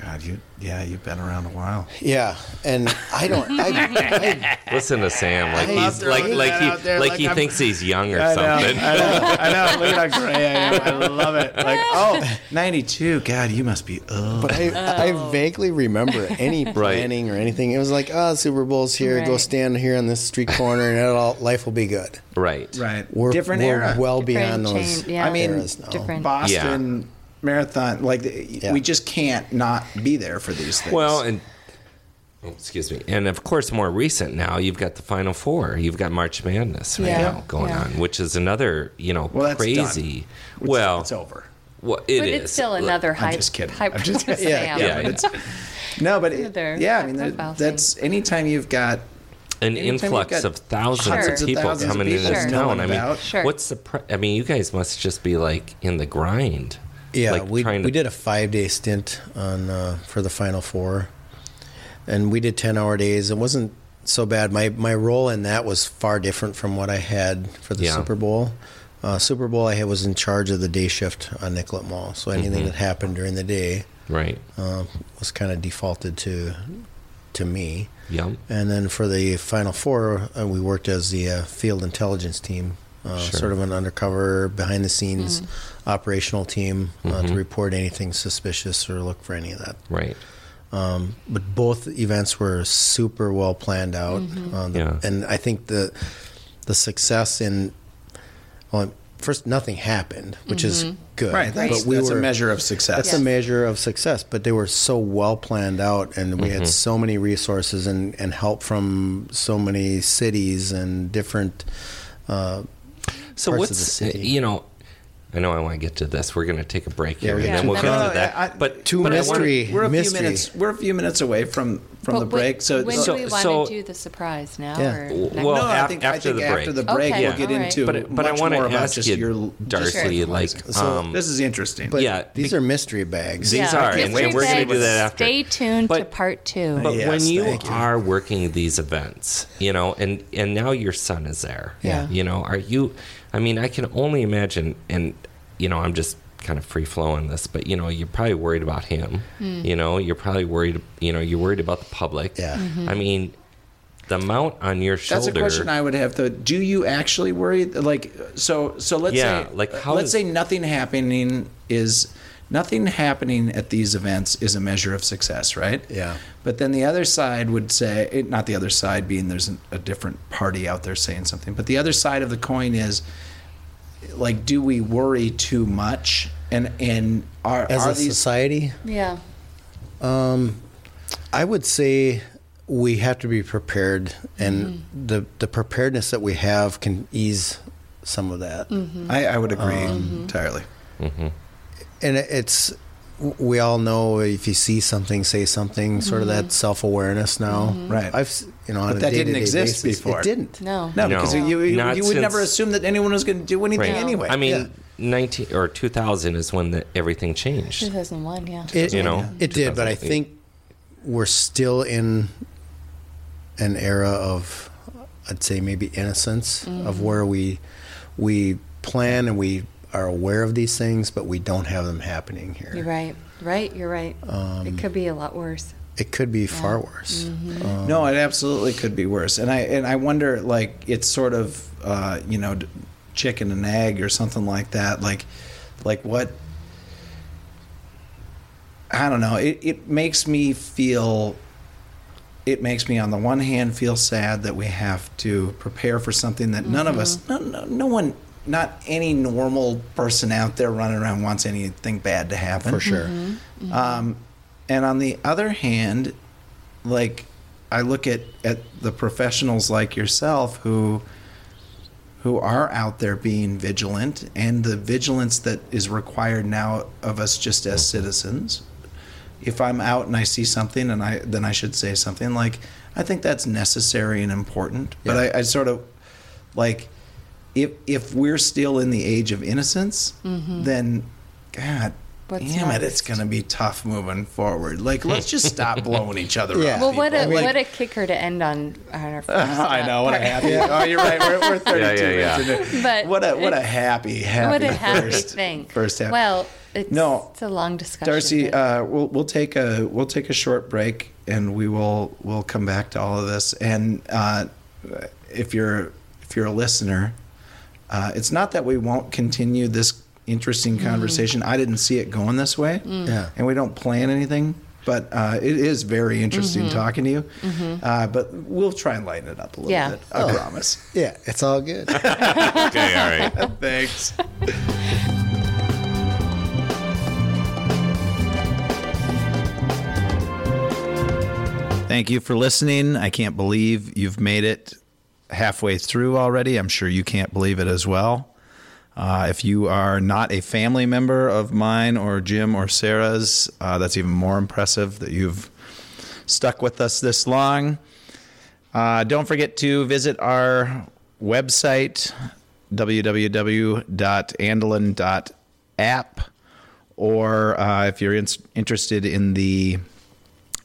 [SPEAKER 1] God, you, yeah, you've been around a while.
[SPEAKER 4] Yeah, and I don't. I,
[SPEAKER 2] listen to Sam like
[SPEAKER 4] I love
[SPEAKER 2] he's like
[SPEAKER 1] throwing
[SPEAKER 2] like
[SPEAKER 1] that
[SPEAKER 2] he
[SPEAKER 1] out there,
[SPEAKER 2] like,
[SPEAKER 1] like
[SPEAKER 2] he
[SPEAKER 1] I'm-
[SPEAKER 2] thinks he's young or
[SPEAKER 1] I know,
[SPEAKER 2] something.
[SPEAKER 1] I know, I know. Look at how gray I am. I love it. Like, oh, 92. God, you must be old.
[SPEAKER 4] but I,
[SPEAKER 3] Oh.
[SPEAKER 4] I vaguely remember any planning or anything. It was like, ah, Super Bowl's here. Go
[SPEAKER 3] Right.
[SPEAKER 4] stand here on this street corner, and it'll, life will be good.
[SPEAKER 2] Right.
[SPEAKER 1] right.
[SPEAKER 4] We're,
[SPEAKER 1] Different
[SPEAKER 4] we're
[SPEAKER 1] era.
[SPEAKER 4] well
[SPEAKER 3] Different
[SPEAKER 4] beyond those.
[SPEAKER 3] change, yeah.
[SPEAKER 1] I mean,
[SPEAKER 4] eras now.
[SPEAKER 3] different.
[SPEAKER 1] Boston marathon. Like the-
[SPEAKER 4] Yeah.
[SPEAKER 1] we just can't not be there for these things.
[SPEAKER 2] Well, and oh, excuse me, and of course, more recent now, you've got the Final Four. You've got March Madness right
[SPEAKER 3] Yeah.
[SPEAKER 2] now going
[SPEAKER 3] Yeah.
[SPEAKER 2] on, which is another you know
[SPEAKER 1] Well, that's done.
[SPEAKER 2] crazy.
[SPEAKER 1] It's-
[SPEAKER 2] well,
[SPEAKER 1] it's over.
[SPEAKER 2] well, it
[SPEAKER 3] but
[SPEAKER 2] is.
[SPEAKER 3] it's still another high.
[SPEAKER 1] just kidding.
[SPEAKER 3] High
[SPEAKER 1] I'm just
[SPEAKER 3] profile
[SPEAKER 1] kidding.
[SPEAKER 4] Yeah,
[SPEAKER 2] Yeah,
[SPEAKER 3] sale.
[SPEAKER 2] yeah.
[SPEAKER 1] No, but it,
[SPEAKER 3] Another
[SPEAKER 1] yeah, I mean that-
[SPEAKER 3] high-profile thing.
[SPEAKER 1] that's anytime you've got
[SPEAKER 2] an
[SPEAKER 1] Anytime you've
[SPEAKER 2] influx
[SPEAKER 1] got
[SPEAKER 2] of thousands
[SPEAKER 3] hundreds
[SPEAKER 2] of
[SPEAKER 3] of
[SPEAKER 2] people
[SPEAKER 1] thousands of
[SPEAKER 2] coming into
[SPEAKER 1] people
[SPEAKER 2] this
[SPEAKER 3] Sure.
[SPEAKER 2] town. I
[SPEAKER 1] milling
[SPEAKER 2] mean,
[SPEAKER 1] about.
[SPEAKER 3] Sure.
[SPEAKER 2] what's the? Pr- I mean, you guys must just be like in the grind.
[SPEAKER 4] Yeah,
[SPEAKER 2] like
[SPEAKER 4] we
[SPEAKER 2] trying to
[SPEAKER 4] we did a five day stint on uh, for the final four, and we did ten hour days. It wasn't so bad. My my role in that was far different from what I had for the
[SPEAKER 2] Yeah.
[SPEAKER 4] Super Bowl. Uh, Super Bowl, I had, was in charge of the day shift on Nicollet Mall, so anything
[SPEAKER 2] Mm-hmm.
[SPEAKER 4] that happened during the day
[SPEAKER 2] right.
[SPEAKER 4] uh, was kind of defaulted to to me.
[SPEAKER 2] Yep.
[SPEAKER 4] And then for the Final Four, uh, we worked as the uh, field intelligence team, uh,
[SPEAKER 2] Sure.
[SPEAKER 4] sort of an undercover, behind the scenes operational team uh,
[SPEAKER 2] Mm-hmm.
[SPEAKER 4] to report anything suspicious or look for any of that.
[SPEAKER 2] Right.
[SPEAKER 4] Um, but both events were super well planned out. Uh, the-
[SPEAKER 2] Yeah.
[SPEAKER 4] And I think the the success in, well, first, nothing happened, which is good.
[SPEAKER 1] right. That's,
[SPEAKER 4] but we
[SPEAKER 1] that's
[SPEAKER 4] were-
[SPEAKER 1] a measure of success.
[SPEAKER 4] that's a measure of success, but they were so well planned out, and we
[SPEAKER 1] Mm-hmm.
[SPEAKER 4] had so many resources and, and help from so many cities and different. Uh,
[SPEAKER 2] So
[SPEAKER 4] parts of
[SPEAKER 2] what's uh,
[SPEAKER 4] the city.
[SPEAKER 2] you know I know I want to get to this. We're going to take a break
[SPEAKER 4] Yeah,
[SPEAKER 2] here,
[SPEAKER 4] we're
[SPEAKER 2] and
[SPEAKER 4] gonna
[SPEAKER 2] then we'll
[SPEAKER 3] take
[SPEAKER 2] get
[SPEAKER 3] a
[SPEAKER 2] to
[SPEAKER 1] break.
[SPEAKER 2] that.
[SPEAKER 1] No, I- I-
[SPEAKER 2] but
[SPEAKER 4] Two
[SPEAKER 2] but I wanna-
[SPEAKER 4] mystery.
[SPEAKER 1] We're a
[SPEAKER 4] mystery.
[SPEAKER 1] few minutes. We're a few minutes away from from the
[SPEAKER 3] But
[SPEAKER 1] break. So,
[SPEAKER 3] when
[SPEAKER 1] so
[SPEAKER 3] do we want
[SPEAKER 2] so-
[SPEAKER 3] to do the surprise now?
[SPEAKER 4] Yeah.
[SPEAKER 3] Or
[SPEAKER 2] W-
[SPEAKER 3] next-
[SPEAKER 2] well,
[SPEAKER 1] no, I
[SPEAKER 2] af-
[SPEAKER 1] think, I
[SPEAKER 2] after
[SPEAKER 1] think
[SPEAKER 2] the
[SPEAKER 1] after
[SPEAKER 2] break.
[SPEAKER 1] the break
[SPEAKER 3] Okay,
[SPEAKER 1] we'll get
[SPEAKER 3] all right.
[SPEAKER 1] into
[SPEAKER 2] but but I
[SPEAKER 1] much
[SPEAKER 2] want to
[SPEAKER 1] more about
[SPEAKER 2] ask
[SPEAKER 1] just
[SPEAKER 2] you,
[SPEAKER 1] your
[SPEAKER 2] Darcy,
[SPEAKER 3] Sure.
[SPEAKER 2] like,
[SPEAKER 4] So-
[SPEAKER 2] um,
[SPEAKER 1] This is interesting.
[SPEAKER 4] But
[SPEAKER 2] Yeah,
[SPEAKER 4] These
[SPEAKER 2] be-
[SPEAKER 4] are mystery bags.
[SPEAKER 2] These
[SPEAKER 3] Yeah,
[SPEAKER 2] are,
[SPEAKER 3] okay,
[SPEAKER 2] and- and we're
[SPEAKER 3] stay-
[SPEAKER 2] gonna do that after.
[SPEAKER 3] Stay tuned to
[SPEAKER 2] But-
[SPEAKER 3] part two.
[SPEAKER 2] But
[SPEAKER 4] Yes,
[SPEAKER 2] when you
[SPEAKER 4] thank you.
[SPEAKER 2] are working these events, you know, and and now your son is there.
[SPEAKER 3] Yeah.
[SPEAKER 2] You know, are you I mean, I can only imagine and you know, I'm just kind of free flowing this, but you know, you're probably worried about him.
[SPEAKER 3] Hmm.
[SPEAKER 2] You know, you're probably worried, you know, you're worried about the public.
[SPEAKER 4] Yeah.
[SPEAKER 3] Mm-hmm.
[SPEAKER 2] I mean, the amount on your
[SPEAKER 1] That's
[SPEAKER 2] shoulder.
[SPEAKER 1] a question I would have though. Do you actually worry? Like, so so let's
[SPEAKER 2] Yeah,
[SPEAKER 1] say
[SPEAKER 2] like, how
[SPEAKER 1] let's
[SPEAKER 2] is-
[SPEAKER 1] say nothing happening is nothing happening at these events is a measure of success, right?
[SPEAKER 4] Yeah.
[SPEAKER 1] But then the other side would say, it, not the other side being there's an, a different party out there saying something, but the other side of the coin is like, do we worry too much? And and are
[SPEAKER 4] As
[SPEAKER 1] are
[SPEAKER 4] a
[SPEAKER 1] these
[SPEAKER 4] society,
[SPEAKER 3] yeah.
[SPEAKER 4] I would say we have to be prepared, and the the preparedness that we have can ease some of that.
[SPEAKER 1] Mm-hmm. I, I would agree
[SPEAKER 2] Um,
[SPEAKER 1] entirely.
[SPEAKER 4] and it- it's we all know if you see something, say something. Sort of that self awareness now,
[SPEAKER 1] Right.
[SPEAKER 4] I've s- you know, on
[SPEAKER 1] But
[SPEAKER 4] a
[SPEAKER 1] that didn't
[SPEAKER 4] day-to-day
[SPEAKER 1] exist
[SPEAKER 4] basis,
[SPEAKER 1] before.
[SPEAKER 4] It didn't.
[SPEAKER 3] No.
[SPEAKER 1] No,
[SPEAKER 2] No,
[SPEAKER 1] because you, you,
[SPEAKER 2] not
[SPEAKER 1] you would never
[SPEAKER 2] since-
[SPEAKER 1] assume that anyone was going to do anything
[SPEAKER 2] Right.
[SPEAKER 1] anyway.
[SPEAKER 2] I mean,
[SPEAKER 4] yeah.
[SPEAKER 2] 19 or 2000 is when the, everything changed.
[SPEAKER 3] 2001, yeah.
[SPEAKER 4] It,
[SPEAKER 2] You know,
[SPEAKER 4] it did, but I think we're still in an era of, I'd say maybe innocence
[SPEAKER 3] Mm.
[SPEAKER 4] of where we we plan and we are aware of these things, but we don't have them happening here.
[SPEAKER 3] You're right. Right, you're right.
[SPEAKER 1] Um,
[SPEAKER 3] it could be a lot worse.
[SPEAKER 4] It could be far worse.
[SPEAKER 3] Mm-hmm.
[SPEAKER 4] Um,
[SPEAKER 1] No, it absolutely could be worse. And I and I wonder like it's sort of uh, you know d- chicken and egg or something like that. Like like what I don't know. It it makes me feel it makes me on the one hand feel sad that we have to prepare for something that none of us no, no no one not any normal person out there running around wants anything bad to happen
[SPEAKER 4] for sure.
[SPEAKER 1] um, and on the other hand, like I look at, at the professionals like yourself who who are out there being vigilant and the vigilance that is required now of us just as citizens. If I'm out and I see something and I then I should say something like I think that's necessary and important. But I, I sort of like if if we're still in the age of innocence, then God
[SPEAKER 3] Mm-hmm. What's
[SPEAKER 1] damn it, it's
[SPEAKER 3] next?
[SPEAKER 1] gonna be tough moving forward. Like let's just stop blowing each other
[SPEAKER 4] Yeah.
[SPEAKER 1] up.
[SPEAKER 3] Well, what a
[SPEAKER 1] people. Like,
[SPEAKER 3] what a kicker to end on, on our first.
[SPEAKER 1] I
[SPEAKER 3] uh,
[SPEAKER 1] know what a
[SPEAKER 3] part.
[SPEAKER 1] happy. Oh, you're right. We're, we're 32
[SPEAKER 2] Yeah, yeah, yeah.
[SPEAKER 1] minutes in.
[SPEAKER 3] But
[SPEAKER 1] what a what a
[SPEAKER 3] it's-
[SPEAKER 1] happy happy
[SPEAKER 3] What a happy
[SPEAKER 1] first
[SPEAKER 3] thing.
[SPEAKER 1] first half.
[SPEAKER 3] Well, it's,
[SPEAKER 1] No.
[SPEAKER 3] it's a long discussion.
[SPEAKER 1] Darcy,
[SPEAKER 3] but-
[SPEAKER 1] uh, we'll we'll take a we'll take a short break and we will we'll come back to all of this. And uh, if you're if you're a listener, uh, it's not that we won't continue this interesting
[SPEAKER 3] Mm-hmm.
[SPEAKER 1] conversation. I didn't see it going this way,
[SPEAKER 3] Mm.
[SPEAKER 4] Yeah.
[SPEAKER 1] and we don't plan anything. But uh, it is very interesting
[SPEAKER 3] Mm-hmm.
[SPEAKER 1] talking to you. Uh, but we'll try and lighten it up a little
[SPEAKER 3] Yeah.
[SPEAKER 1] bit. I promise.
[SPEAKER 4] Yeah, it's all good.
[SPEAKER 2] Okay, all right.
[SPEAKER 1] Thanks. Thank you for listening. I can't believe you've made it halfway through already. I'm sure you can't believe it as well. Uh, if you are not a family member of mine or Jim or Sarah's, uh, that's even more impressive that you've stuck with us this long. Uh, don't forget to visit our website, www.andelin.app, or uh, if you're in- interested in the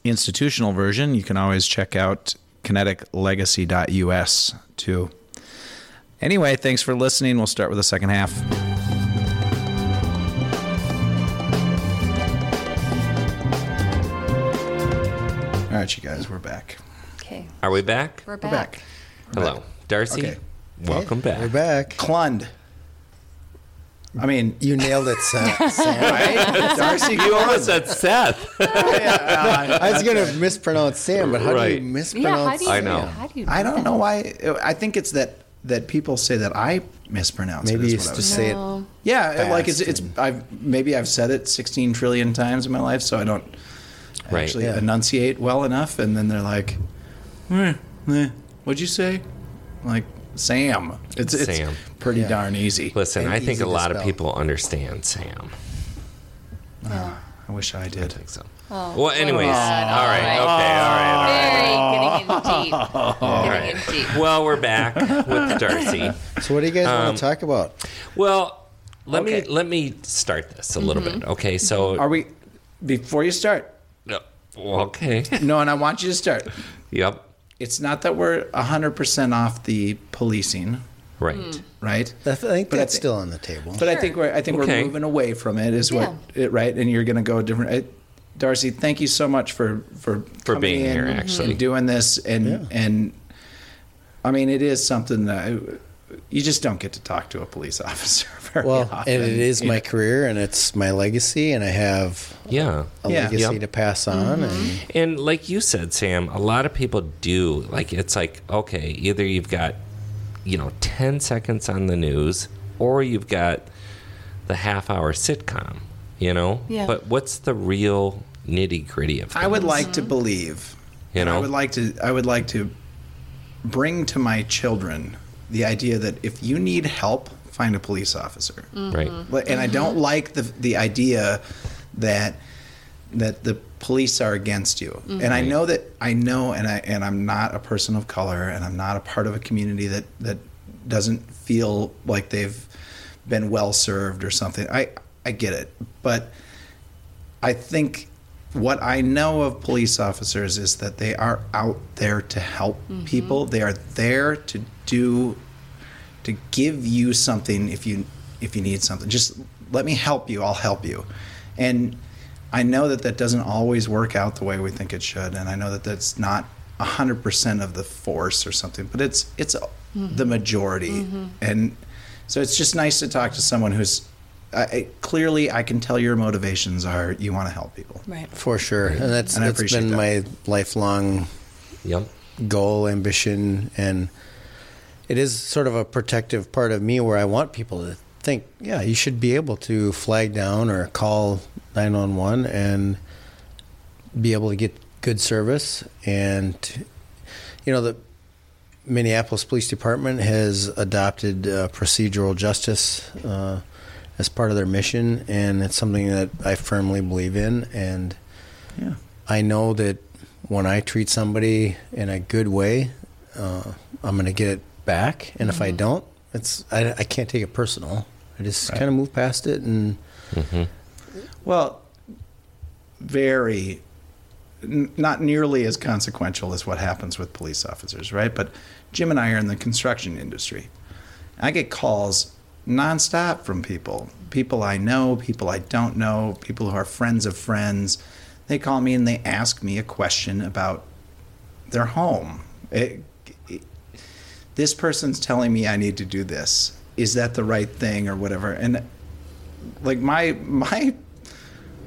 [SPEAKER 1] institutional version, you can always check out kineticlegacy.us too. Anyway, thanks for listening. We'll start with the second half. All right, you guys, we're back.
[SPEAKER 3] okay,
[SPEAKER 2] Are we back?
[SPEAKER 3] we're
[SPEAKER 1] We're
[SPEAKER 3] back.
[SPEAKER 1] back.
[SPEAKER 2] Hello, Darcy.
[SPEAKER 1] Okay.
[SPEAKER 2] Welcome back.
[SPEAKER 4] We're back.
[SPEAKER 1] Clund. I mean,
[SPEAKER 4] You nailed it, Sam. Sam.
[SPEAKER 1] right? Darcy Clund.
[SPEAKER 2] that Seth?
[SPEAKER 4] I was gonna mispronounce Sam, but how do you
[SPEAKER 2] Right.
[SPEAKER 4] mispronounce?
[SPEAKER 3] Yeah, how do you?
[SPEAKER 2] I know.
[SPEAKER 3] How do you?
[SPEAKER 1] I
[SPEAKER 3] do
[SPEAKER 1] don't
[SPEAKER 3] that?
[SPEAKER 1] know why. I think it's that that people say that I mispronounce.
[SPEAKER 4] Maybe
[SPEAKER 1] it is
[SPEAKER 4] you
[SPEAKER 1] what I
[SPEAKER 4] just
[SPEAKER 1] was-
[SPEAKER 4] say it.
[SPEAKER 3] No.
[SPEAKER 1] yeah, like it's
[SPEAKER 4] fast
[SPEAKER 1] it's. I've maybe I've said it 16 trillion times in my life, so I don't
[SPEAKER 2] Right.
[SPEAKER 1] actually
[SPEAKER 4] Yeah.
[SPEAKER 1] enunciate well enough. And then they're like, eh, eh, "What'd you say?" I'm Like, Sam. It's, it's
[SPEAKER 2] Sam.
[SPEAKER 1] pretty
[SPEAKER 4] Yeah.
[SPEAKER 1] darn easy.
[SPEAKER 2] Listen,
[SPEAKER 4] And
[SPEAKER 2] I think
[SPEAKER 4] easy
[SPEAKER 2] a
[SPEAKER 4] to
[SPEAKER 2] lot of
[SPEAKER 4] spell.
[SPEAKER 2] people understand Sam.
[SPEAKER 1] I wish I
[SPEAKER 2] I
[SPEAKER 1] did.
[SPEAKER 2] think so.
[SPEAKER 3] Oh,
[SPEAKER 2] well, anyways,
[SPEAKER 3] God.
[SPEAKER 2] all right, okay, all
[SPEAKER 3] Very
[SPEAKER 2] right, all right.
[SPEAKER 3] getting in deep. getting in deep.
[SPEAKER 2] Well, we're back with Darcy.
[SPEAKER 4] So what do you guys want to talk about?
[SPEAKER 2] Well, let me
[SPEAKER 1] Okay. Mm-hmm.
[SPEAKER 2] let me start this a little bit. Okay, so
[SPEAKER 1] Are we, before you start,
[SPEAKER 2] No, okay,
[SPEAKER 1] no, and I want you to start.
[SPEAKER 2] yep,
[SPEAKER 1] It's not that we're 100% off the policing,
[SPEAKER 2] right.
[SPEAKER 1] Mm. right?
[SPEAKER 4] I think
[SPEAKER 1] But I
[SPEAKER 4] that's
[SPEAKER 1] thi-
[SPEAKER 4] still on the table.
[SPEAKER 1] But I think we're I think
[SPEAKER 2] Okay.
[SPEAKER 1] we're moving away from it is what it, right and you're going to go a different I, Darcy thank you so much for for
[SPEAKER 2] For
[SPEAKER 1] coming
[SPEAKER 2] being
[SPEAKER 1] in
[SPEAKER 2] here, actually.
[SPEAKER 1] and doing this and and I mean it is something that I, you just don't get to talk to a police officer very
[SPEAKER 4] well,
[SPEAKER 1] often.
[SPEAKER 4] and it is
[SPEAKER 1] you
[SPEAKER 4] my
[SPEAKER 1] know.
[SPEAKER 4] career and it's my legacy, and I have
[SPEAKER 2] Yeah.
[SPEAKER 1] Yeah.
[SPEAKER 4] a
[SPEAKER 1] Mm-hmm.
[SPEAKER 4] legacy
[SPEAKER 2] Yep.
[SPEAKER 4] to pass on. And
[SPEAKER 2] And like you said, Sam, a lot of people do. Like it's like, okay, either you've got, you know, 10 seconds on the news or you've got the half hour sitcom, you know?
[SPEAKER 3] Yeah.
[SPEAKER 2] But what's the real nitty gritty of
[SPEAKER 1] I would like to believe
[SPEAKER 2] You
[SPEAKER 1] and I
[SPEAKER 2] know?
[SPEAKER 1] would like to I would like to bring to my children the idea that if you need help find a police officer
[SPEAKER 2] things, right?
[SPEAKER 1] But- and I don't like the the idea that that the police are against you. And I know that I know, and I and I'm not a person of color, and I'm not a part of a community that that doesn't feel like they've been well served or something. I I get it, but I think what I know of police officers is that they are out there to help people. They are there to do to give you something if you if you need something. Just let me help you. I'll help you. And I know that that doesn't always work out the way we think it should, and I know that that's not hundred percent of the force or something, but it's it's the majority, and so it's just nice to talk to someone who's I, I, clearly I can tell your motivations are you want to help people.
[SPEAKER 3] Right.
[SPEAKER 4] for sure, and that's
[SPEAKER 1] And I
[SPEAKER 4] that's
[SPEAKER 1] appreciate
[SPEAKER 4] been
[SPEAKER 1] that.
[SPEAKER 4] my lifelong
[SPEAKER 2] Yep.
[SPEAKER 4] goal, ambition, and it is sort of a protective part of me where I want people to think, yeah, you should be able to flag down or call 911 and be able to get good service. And, you know, the Minneapolis Police Department has adopted uh, procedural justice uh, as part of their mission, and it's something that I firmly believe in. And,
[SPEAKER 1] Yeah.
[SPEAKER 4] I know that when I treat somebody in a good way, uh, I'm going to get it back. And
[SPEAKER 2] Mm-hmm.
[SPEAKER 4] if I don't, it's I, I can't take it personal. I just
[SPEAKER 1] Right.
[SPEAKER 4] kind of move past it and
[SPEAKER 1] Well, very, n- not nearly as consequential as what happens with police officers, right? But Jim and I are in the construction industry. I get calls nonstop from people people I know, people I don't know, people who are friends of friends. They call me and they ask me a question about their home. It, it- this person's telling me I need to do this. Is that the right thing or whatever? And like my my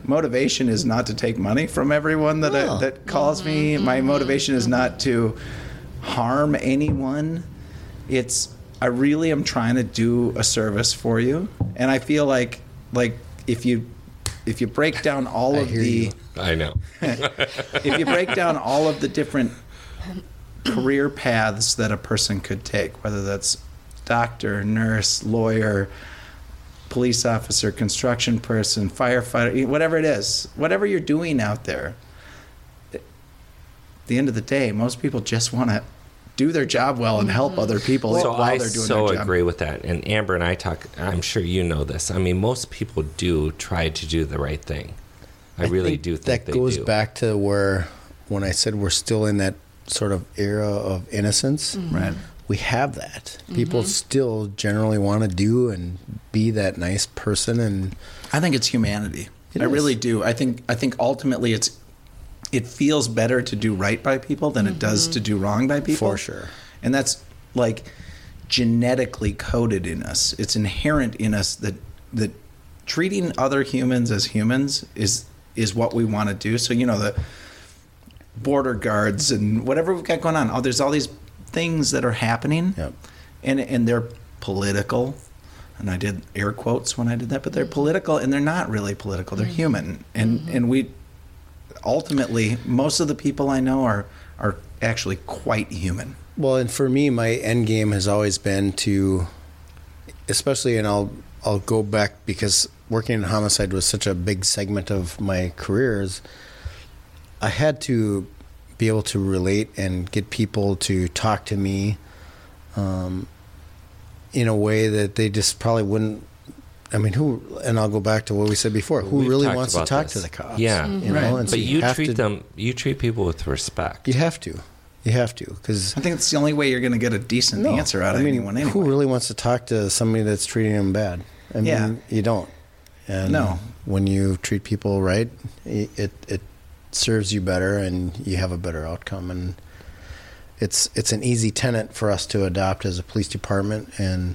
[SPEAKER 1] motivation is not to take money from everyone that I, that calls me. My motivation is not to harm anyone. It's I really am trying to do a service for you, and I feel like like if you if you break down all of
[SPEAKER 4] hear
[SPEAKER 1] the
[SPEAKER 4] you.
[SPEAKER 2] I know.
[SPEAKER 1] if you break down all of the different career paths that a person could take, whether that's doctor, nurse, lawyer, police officer, construction person, firefighter, whatever it is, whatever you're doing out there, at the end of the day, most people just want to do their job well and help other people
[SPEAKER 2] so
[SPEAKER 1] while
[SPEAKER 2] I
[SPEAKER 1] they're doing
[SPEAKER 2] so
[SPEAKER 1] their job.
[SPEAKER 2] agree with that. And Amber and I talk. I'm sure you know this. I mean, most people do try to do the right thing. I, really do think
[SPEAKER 4] that
[SPEAKER 2] they
[SPEAKER 4] goes
[SPEAKER 2] do.
[SPEAKER 4] back to where when I said we're still in that sort of era of innocence.
[SPEAKER 2] Mm-hmm.
[SPEAKER 1] Right.
[SPEAKER 4] We have that. People still generally want to do and be that nice person and
[SPEAKER 1] I think it's humanity.
[SPEAKER 4] It
[SPEAKER 1] I
[SPEAKER 4] is.
[SPEAKER 1] really do. I think I think ultimately it's it feels better to do right by people than it does to do wrong by people.
[SPEAKER 4] Mm-hmm. For sure.
[SPEAKER 1] And that's like genetically coded in us. It's inherent in us that that treating other humans as humans is is what we want to do. So you know the border guards and whatever we've got going on. Oh, there's all these things that are happening,
[SPEAKER 4] Yep.
[SPEAKER 1] and and they're political. And I did air quotes when I did that, but they're political, and they're not really political. They're human, and and we ultimately most of the people I know are are actually quite human.
[SPEAKER 4] Well, and for me, my end game has always been to, especially, and I'll I'll go back because working in homicide was such a big segment of my career. Is I had to be able to relate and get people to talk to me, um, in a way that they just probably wouldn't. I mean, who? And I'll go back to what we said before. Who
[SPEAKER 2] We've
[SPEAKER 4] really
[SPEAKER 2] talked
[SPEAKER 4] wants to
[SPEAKER 2] about
[SPEAKER 4] talk
[SPEAKER 2] this.
[SPEAKER 4] to the cops?
[SPEAKER 2] Yeah.
[SPEAKER 4] you know.
[SPEAKER 1] Right.
[SPEAKER 4] And so
[SPEAKER 2] but you
[SPEAKER 4] have
[SPEAKER 2] treat
[SPEAKER 4] to,
[SPEAKER 2] them, you treat people with respect.
[SPEAKER 4] You have to. You have to because
[SPEAKER 1] I think it's the only way you're going to get a decent answer out of anyone anyway.
[SPEAKER 4] Who really wants to talk to somebody that's treating them bad? I mean,
[SPEAKER 1] Yeah.
[SPEAKER 4] you don't. And
[SPEAKER 1] No.
[SPEAKER 4] When you treat people right, i- it it serves you better, and you have a better outcome. And it's it's an easy tenet for us to adopt as a police department, and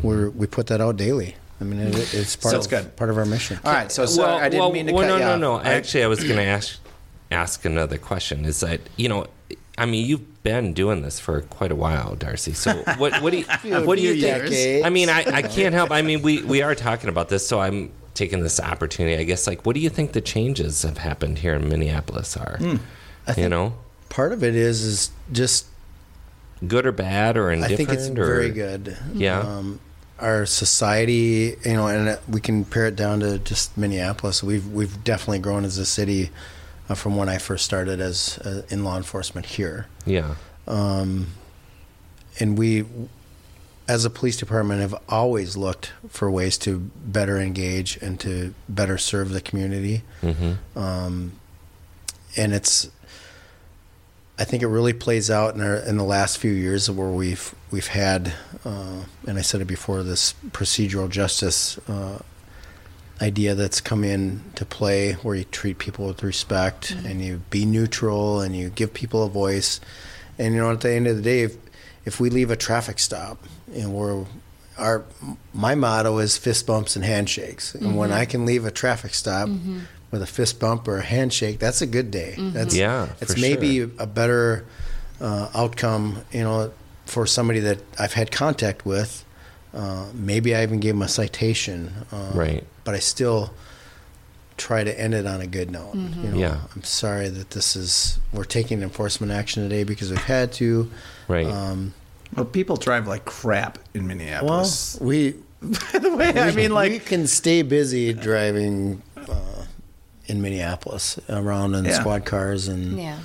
[SPEAKER 4] we're we put that out daily. I mean, it, it's part
[SPEAKER 1] So-
[SPEAKER 4] of
[SPEAKER 1] That's good.
[SPEAKER 4] part of our mission.
[SPEAKER 1] All right, so sorry, I didn't mean to
[SPEAKER 2] well,
[SPEAKER 1] cut
[SPEAKER 2] no,
[SPEAKER 1] you
[SPEAKER 2] no,
[SPEAKER 1] off.
[SPEAKER 2] no.
[SPEAKER 1] I-
[SPEAKER 2] Actually, I was going to ask ask another question. Is that you know, I mean, you've been doing this for quite a while, Darcy. So what what do you what do you
[SPEAKER 4] few
[SPEAKER 2] think?
[SPEAKER 4] decades.
[SPEAKER 2] I mean, I, I can't help. I mean, we we are talking about this, so I'm taking this opportunity, I guess. Like, what do you think the changes have happened here in Minneapolis are?
[SPEAKER 4] Hmm. I
[SPEAKER 2] you
[SPEAKER 4] think
[SPEAKER 2] know,
[SPEAKER 4] part of it is is just
[SPEAKER 2] good or bad or
[SPEAKER 4] I
[SPEAKER 2] indifferent?
[SPEAKER 4] think it's
[SPEAKER 2] or,
[SPEAKER 4] very good.
[SPEAKER 2] Yeah.
[SPEAKER 4] Um, our society, you know, and we can pare it down to just Minneapolis. We've we've definitely grown as a city uh, from when I first started as uh, in law enforcement here,
[SPEAKER 2] Yeah.
[SPEAKER 4] and we, as a police department, have always looked for ways to better engage and to better serve the community. Um,
[SPEAKER 2] hmm
[SPEAKER 4] and it's I think it really plays out in our in the last few years where we've we've had uh, and I said it before this procedural justice uh, idea that's come in to play where you treat people with respect and you be neutral and you give people a voice and you know at the end of the day if, if we leave a traffic stop and we're our my motto is fist bumps and handshakes and when I can leave a traffic stop with a fist bump or a handshake that's a good day that's
[SPEAKER 2] Yeah,
[SPEAKER 4] it's
[SPEAKER 2] for
[SPEAKER 4] maybe
[SPEAKER 2] sure.
[SPEAKER 4] a better uh, outcome you know for somebody that I've had contact with uh, maybe I even gave them a citation uh,
[SPEAKER 2] Right.
[SPEAKER 4] but I still try to end it on a good note. You
[SPEAKER 1] Mm-hmm.
[SPEAKER 4] know,
[SPEAKER 2] Yeah.
[SPEAKER 4] I'm sorry that this is we're taking enforcement action today because we've had to.
[SPEAKER 2] Right.
[SPEAKER 4] Um,
[SPEAKER 1] Well, people drive like crap in
[SPEAKER 4] well,
[SPEAKER 1] Minneapolis.
[SPEAKER 4] we
[SPEAKER 1] By the way, I mean,
[SPEAKER 4] we
[SPEAKER 1] like,
[SPEAKER 4] can stay busy driving uh, in Minneapolis around in
[SPEAKER 1] Yeah.
[SPEAKER 4] squad cars and
[SPEAKER 3] Yeah.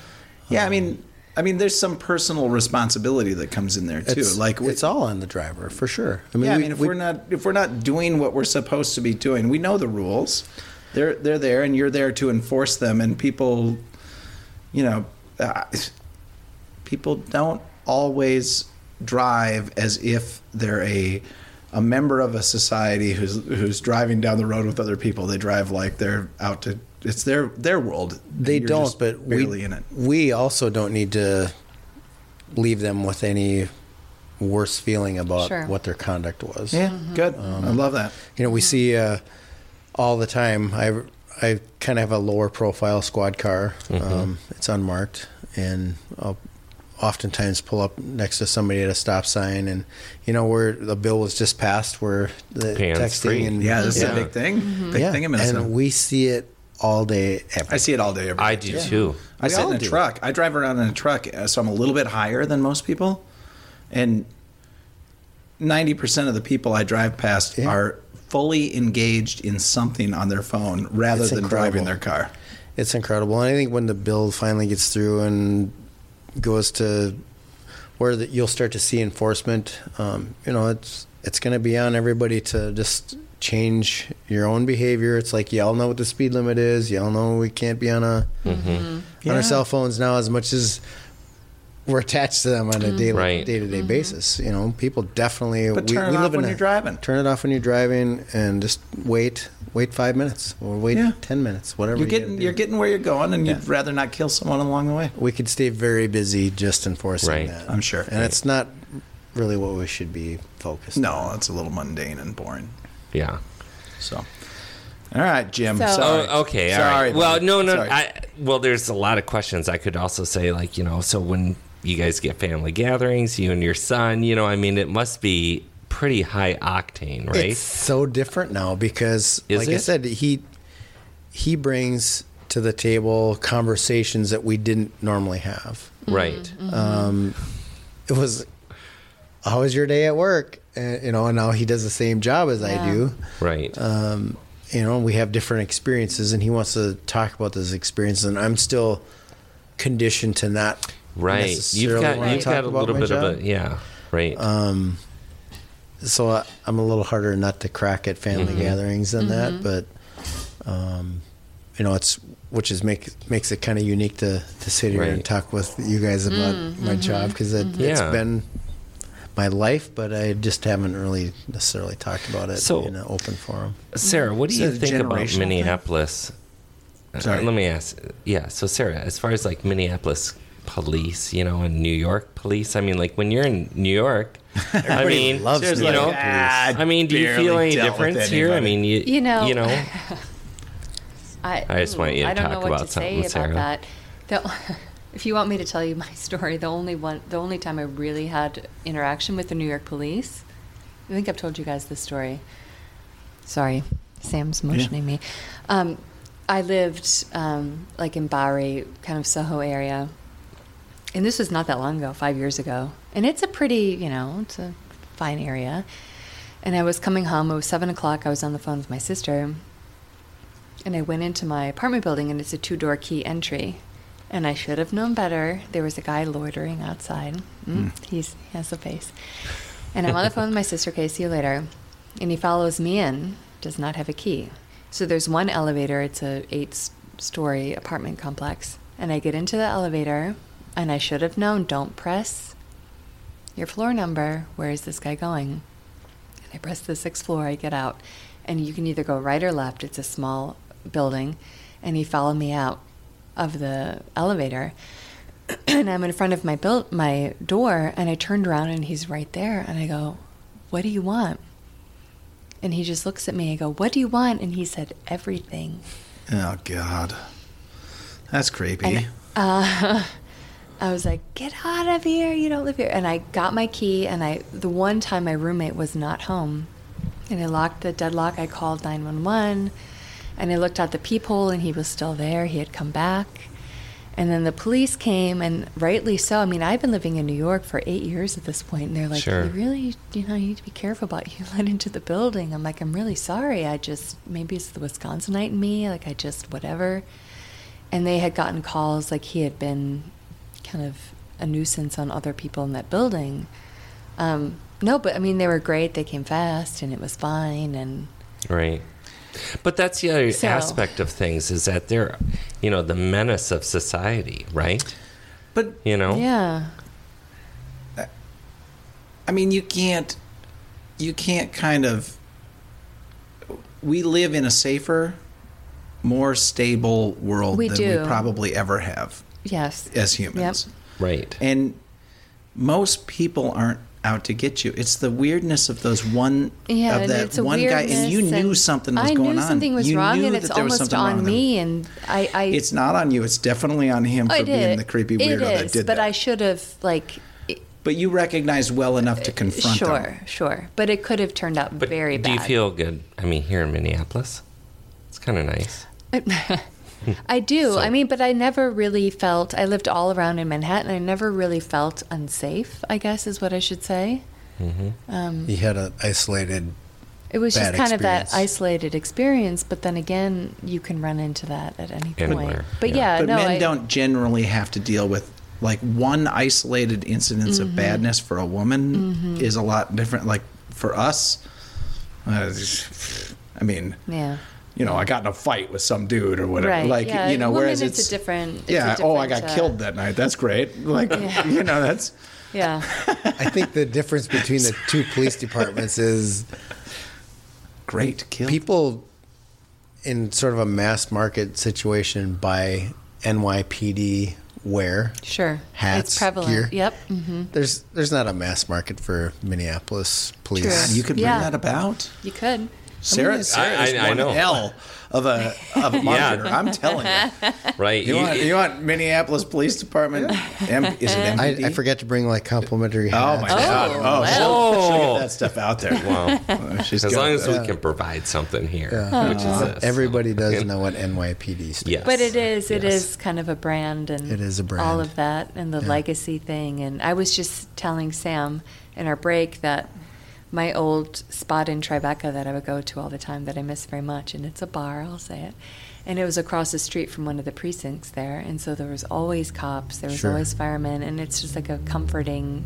[SPEAKER 1] yeah, I mean, I mean, there's some personal responsibility that comes in there too.
[SPEAKER 4] it's
[SPEAKER 1] like,
[SPEAKER 4] it's all on the driver for sure. I
[SPEAKER 1] yeah, I
[SPEAKER 4] we-
[SPEAKER 1] mean, if
[SPEAKER 4] we-
[SPEAKER 1] we, are not if we're not doing what we're supposed to be doing, we know the rules. They're they're there, and you're there to enforce them. And people, you know, uh, people don't always drive as if they're a a member of a society who's who's driving down the road with other people. They drive like they're out to it's their their world. and
[SPEAKER 4] they
[SPEAKER 1] you're
[SPEAKER 4] don't,
[SPEAKER 1] just
[SPEAKER 4] but
[SPEAKER 1] barely
[SPEAKER 4] we
[SPEAKER 1] in it.
[SPEAKER 4] we also don't need to leave them with any worse feeling about
[SPEAKER 3] Sure.
[SPEAKER 4] what their conduct was.
[SPEAKER 1] Yeah, good. I
[SPEAKER 4] Um,
[SPEAKER 1] love that.
[SPEAKER 4] you know we see uh, all the time i i kind of have a lower profile squad car
[SPEAKER 2] Mm-hmm.
[SPEAKER 4] um, it's unmarked and i'll oftentimes pull up next to somebody at a stop sign and you know where the bill was just passed where the
[SPEAKER 2] Hands
[SPEAKER 4] texting
[SPEAKER 2] free.
[SPEAKER 4] and
[SPEAKER 1] Yeah, this
[SPEAKER 2] Yeah.
[SPEAKER 1] is a big thing. Big
[SPEAKER 4] yeah,
[SPEAKER 1] thing in Minnesota.
[SPEAKER 4] and we see it all day every
[SPEAKER 1] I see it all day every
[SPEAKER 2] I
[SPEAKER 1] day.
[SPEAKER 2] do too.
[SPEAKER 1] I
[SPEAKER 4] We
[SPEAKER 1] sit
[SPEAKER 4] all
[SPEAKER 1] in a
[SPEAKER 4] do.
[SPEAKER 1] truck. I drive around in a truck, uh, so I'm a little bit higher than most people. And 90% of the people I drive past
[SPEAKER 4] Yeah.
[SPEAKER 1] are fully engaged in something on their phone rather
[SPEAKER 4] It's
[SPEAKER 1] than driving
[SPEAKER 4] incredible.
[SPEAKER 1] their car.
[SPEAKER 4] It's incredible. And I think when the bill finally gets through and goes to where that you'll start to see enforcement, um, you know, it's it's going to be on everybody to just change your own behavior. It's like y'all know what the speed limit is. Y'all know we can't be on a on
[SPEAKER 1] Yeah.
[SPEAKER 4] our cell phones now as much as we're attached to them on a daily
[SPEAKER 2] Right.
[SPEAKER 4] day to day basis. You know, people definitely
[SPEAKER 1] Mm-hmm. But turn it off when
[SPEAKER 4] a-
[SPEAKER 1] you're driving.
[SPEAKER 4] Turn it off when you're driving and just wait. Wait five minutes or wait
[SPEAKER 1] Yeah.
[SPEAKER 4] ten minutes, whatever.
[SPEAKER 1] You're
[SPEAKER 4] you gotta
[SPEAKER 1] getting
[SPEAKER 4] do.
[SPEAKER 1] you're getting where you're going, and
[SPEAKER 4] Yeah.
[SPEAKER 1] you'd rather not kill someone along the way.
[SPEAKER 4] We could stay very busy just enforcing
[SPEAKER 2] Right.
[SPEAKER 4] that.
[SPEAKER 1] I'm sure.
[SPEAKER 4] And it's not really what we should be focused on.
[SPEAKER 1] No, it's a little mundane and boring.
[SPEAKER 2] Yeah.
[SPEAKER 1] So, all right, Jim.
[SPEAKER 3] So-
[SPEAKER 1] sorry.
[SPEAKER 2] Oh, okay. All right.
[SPEAKER 1] Sorry.
[SPEAKER 2] Well,
[SPEAKER 1] buddy.
[SPEAKER 2] no, no.
[SPEAKER 1] Sorry.
[SPEAKER 2] I, well, there's a lot of questions I could also say, like, you know, so when you guys get family gatherings, you and your son, you know, I mean, it must be pretty high octane, right?
[SPEAKER 4] It's so different now because,
[SPEAKER 2] Is
[SPEAKER 4] like I
[SPEAKER 2] it?
[SPEAKER 4] said, he he brings to the table conversations that we didn't normally have.
[SPEAKER 2] right.
[SPEAKER 4] it was, how was your day at work? And, you know, and now he does the same job as I
[SPEAKER 3] Yeah.
[SPEAKER 4] do.
[SPEAKER 2] Right.
[SPEAKER 4] Um, you know, we have different experiences, and he wants to talk about those experiences, and I'm still conditioned to not
[SPEAKER 2] right. You've
[SPEAKER 4] necessarily
[SPEAKER 2] got
[SPEAKER 4] wanna
[SPEAKER 2] you've
[SPEAKER 4] talk
[SPEAKER 2] got a
[SPEAKER 4] about
[SPEAKER 2] little
[SPEAKER 4] my
[SPEAKER 2] bit
[SPEAKER 4] job. Uh,
[SPEAKER 2] of a yeah. Right.
[SPEAKER 4] so I, I'm a little harder not to crack at family
[SPEAKER 2] Mm-hmm.
[SPEAKER 4] gatherings than that, but um, you know, it's which is make makes it kind of unique to to sit here
[SPEAKER 2] Right. Mm-hmm.
[SPEAKER 4] and talk with you guys about my job because it, it's
[SPEAKER 2] Yeah.
[SPEAKER 4] been my life, but I just haven't really necessarily talked about it
[SPEAKER 2] So-
[SPEAKER 4] in an open forum.
[SPEAKER 2] Sarah, what do
[SPEAKER 1] Is
[SPEAKER 2] you
[SPEAKER 1] it a
[SPEAKER 2] think
[SPEAKER 1] generational
[SPEAKER 2] about
[SPEAKER 1] thing?
[SPEAKER 2] Minneapolis? Uh,
[SPEAKER 4] Sorry.
[SPEAKER 2] let me ask. Yeah, so Sarah, as far as like Minneapolis police, you know, and New York police, I mean, like when you're in New York, I mean,
[SPEAKER 4] loves
[SPEAKER 2] there's,
[SPEAKER 4] New
[SPEAKER 2] you
[SPEAKER 4] York
[SPEAKER 2] know,
[SPEAKER 4] police.
[SPEAKER 2] I mean, do you feel any difference here? I mean, you,
[SPEAKER 3] You know-
[SPEAKER 2] you know,
[SPEAKER 3] I,
[SPEAKER 2] I just want you to
[SPEAKER 3] I don't
[SPEAKER 2] talk
[SPEAKER 3] know what
[SPEAKER 2] about
[SPEAKER 3] to say
[SPEAKER 2] something, Sarah.
[SPEAKER 3] about that. The, if you want me to tell you my story, the only one, the only time I really had interaction with the New York police, I think I've told you guys this story. Sorry, Sam's motioning me. Um, I lived um, like in Bowery, kind of Soho area, and this was not that long ago, five years ago. And it's a pretty, you know, it's a fine area. And I was coming home. It was seven o'clock. I was on the phone with my sister, and I went into my apartment building, and it's a two door key entry. And I should have known better. There was a guy loitering outside. Mm, He's, he has a face. And I'm on the phone with my sister, okay, see you later. And he follows me in, does not have a key. So there's one elevator, it's a eight s- story apartment complex. And I get into the elevator, and I should have known don't press your floor number. Where is this guy going? And I press the sixth floor, I get out. And you can either go right or left. It's a small building. And he followed me out of the elevator. and I'm in front of my built my door and I turned around and he's right there and I go, What do you want? And he just looks at me, I go, What do you want? And he said, Everything.
[SPEAKER 1] Oh God, that's creepy.
[SPEAKER 3] And, uh, I was like, get out of here. You don't live here. And I got my key. And I, the one time my roommate was not home and I locked the deadlock, I called 911 and I looked out the peephole and he was still there. He had come back. And then the police came and rightly so. I mean, I've been living in New York for eight years at this point and they're like,
[SPEAKER 2] Sure.
[SPEAKER 3] you really, you know, you need to be careful about who you let into the building. I'm like, I'm really sorry. I just, maybe it's the Wisconsinite in me. Like, I just, whatever and they had gotten calls like he had been kind of a nuisance on other people in that building. Um, no, but I mean they were great. They came fast, and it was fine. And
[SPEAKER 2] Right. But that's the other
[SPEAKER 3] So-
[SPEAKER 2] aspect of things is that they're, you know, the menace of society, right?
[SPEAKER 1] but
[SPEAKER 2] You know?
[SPEAKER 3] yeah,
[SPEAKER 1] I mean, you can't, you can't kind of. We live in a safer, more stable world
[SPEAKER 3] We
[SPEAKER 1] than
[SPEAKER 3] do.
[SPEAKER 1] we probably ever have
[SPEAKER 3] yes,
[SPEAKER 1] as humans.
[SPEAKER 2] Right.
[SPEAKER 1] And most people aren't out to get you. It's the weirdness of those one
[SPEAKER 3] yeah.
[SPEAKER 1] of
[SPEAKER 3] and
[SPEAKER 1] that
[SPEAKER 3] it's a
[SPEAKER 1] one guy, and you
[SPEAKER 3] weirdness,
[SPEAKER 1] knew something was
[SPEAKER 3] I
[SPEAKER 1] going
[SPEAKER 3] knew
[SPEAKER 1] on.
[SPEAKER 3] something was
[SPEAKER 1] you
[SPEAKER 3] wrong,
[SPEAKER 1] knew
[SPEAKER 3] and
[SPEAKER 1] that
[SPEAKER 3] it's
[SPEAKER 1] there was
[SPEAKER 3] almost
[SPEAKER 1] something wrong
[SPEAKER 3] on
[SPEAKER 1] with him.
[SPEAKER 3] me. And I, I
[SPEAKER 1] It's not on you. It's definitely on him
[SPEAKER 3] I
[SPEAKER 1] for
[SPEAKER 3] did.
[SPEAKER 1] being the creepy weirdo
[SPEAKER 3] it is,
[SPEAKER 1] that did
[SPEAKER 3] but
[SPEAKER 1] that.
[SPEAKER 3] I should have like. it-
[SPEAKER 1] but you recognized well enough to confront
[SPEAKER 3] Uh, sure,
[SPEAKER 1] him.
[SPEAKER 3] sure, but it could have turned out
[SPEAKER 2] But
[SPEAKER 3] very
[SPEAKER 2] do
[SPEAKER 3] bad.
[SPEAKER 2] you feel good? I mean, here in Minneapolis, it's kind of nice.
[SPEAKER 3] I do. I mean, but I never really felt. I lived all around in Manhattan. I never really felt unsafe. I guess is what I should say.
[SPEAKER 4] He had an isolated.
[SPEAKER 3] It was just
[SPEAKER 4] Bad
[SPEAKER 3] kind of
[SPEAKER 4] experience.
[SPEAKER 3] that isolated experience. But then again, you can run into that at any point.
[SPEAKER 2] Anywhere,
[SPEAKER 3] But
[SPEAKER 2] yeah.
[SPEAKER 3] yeah,
[SPEAKER 1] But
[SPEAKER 3] Uh, no,
[SPEAKER 1] men
[SPEAKER 3] I,
[SPEAKER 1] don't generally have to deal with like one isolated incidence
[SPEAKER 3] Mm-hmm.
[SPEAKER 1] of badness for a woman is a lot different. Like for us, uh, I mean,
[SPEAKER 3] Yeah,
[SPEAKER 1] you know, I got in a fight with some dude or whatever.
[SPEAKER 3] right.
[SPEAKER 1] Like
[SPEAKER 3] yeah,
[SPEAKER 1] you know,
[SPEAKER 3] women,
[SPEAKER 1] whereas
[SPEAKER 3] it's,
[SPEAKER 1] it's,
[SPEAKER 3] a different. it's a
[SPEAKER 1] yeah. oh, I got
[SPEAKER 3] different, uh,
[SPEAKER 1] killed that night. That's great. Like you know, that's
[SPEAKER 3] Yeah,
[SPEAKER 4] I think the difference between the two police departments is
[SPEAKER 1] great. Kill
[SPEAKER 4] people in sort of a mass market situation buy NYPD wear.
[SPEAKER 3] sure.
[SPEAKER 4] Hats,
[SPEAKER 3] it's prevalent.
[SPEAKER 4] gear.
[SPEAKER 3] Yep. mhm.
[SPEAKER 4] There's there's not a mass market for Minneapolis police.
[SPEAKER 3] True.
[SPEAKER 1] You could bring
[SPEAKER 3] Yeah.
[SPEAKER 1] that about.
[SPEAKER 3] You could.
[SPEAKER 1] Sarah,
[SPEAKER 4] it's-
[SPEAKER 1] Sarah's
[SPEAKER 2] I- I- I
[SPEAKER 1] one
[SPEAKER 2] know.
[SPEAKER 1] hell of a of a marketer. I'm telling you.
[SPEAKER 2] Right.
[SPEAKER 1] You
[SPEAKER 2] You-
[SPEAKER 1] want, you want Minneapolis Police Department? M- is it MPD?
[SPEAKER 4] I, I forget to bring like complimentary
[SPEAKER 1] Oh
[SPEAKER 4] hats.
[SPEAKER 1] my God!
[SPEAKER 3] Oh,
[SPEAKER 1] Oh,
[SPEAKER 3] well.
[SPEAKER 1] she'll- she'll get
[SPEAKER 2] Well-
[SPEAKER 4] that stuff out there.
[SPEAKER 2] Well,
[SPEAKER 1] She's
[SPEAKER 2] as
[SPEAKER 1] got
[SPEAKER 2] long as
[SPEAKER 1] that.
[SPEAKER 2] we can provide something here,
[SPEAKER 4] Yeah.
[SPEAKER 2] which is this.
[SPEAKER 4] Everybody does know what NYPD stands.
[SPEAKER 2] Yes.
[SPEAKER 3] Uh-huh. But it is, it is
[SPEAKER 2] Yes.
[SPEAKER 3] kind of a brand, and
[SPEAKER 4] It is a brand.
[SPEAKER 3] All of that, and the
[SPEAKER 4] Yeah.
[SPEAKER 3] legacy thing. And I was just telling Sam in our break that my old spot in Tribeca that I would go to all the time that I miss very much, and it's a bar, I'll say it. And it was across the street from one of the precincts there, and so there was always cops, there was
[SPEAKER 4] Sure.
[SPEAKER 3] always firemen, and it's just like a comforting,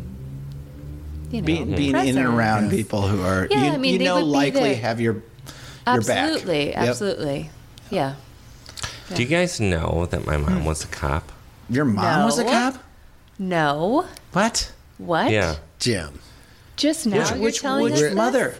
[SPEAKER 3] you know,
[SPEAKER 1] being, being in and
[SPEAKER 3] presence.
[SPEAKER 1] around people who are
[SPEAKER 3] Yeah,
[SPEAKER 1] you,
[SPEAKER 3] I mean,
[SPEAKER 1] you
[SPEAKER 3] they
[SPEAKER 1] know
[SPEAKER 3] would be
[SPEAKER 1] likely
[SPEAKER 3] there.
[SPEAKER 1] have your your back.
[SPEAKER 3] Absolutely,
[SPEAKER 1] Yep.
[SPEAKER 3] absolutely, yeah.
[SPEAKER 2] Do you guys know that my mom was a cop?
[SPEAKER 1] Your mom was a
[SPEAKER 3] No.
[SPEAKER 1] cop.
[SPEAKER 3] No,
[SPEAKER 1] What?
[SPEAKER 3] what?
[SPEAKER 2] Yeah.
[SPEAKER 4] Jim.
[SPEAKER 3] Just now,
[SPEAKER 1] Which
[SPEAKER 3] you're
[SPEAKER 1] which,
[SPEAKER 3] telling us
[SPEAKER 1] which
[SPEAKER 3] this?
[SPEAKER 1] mother?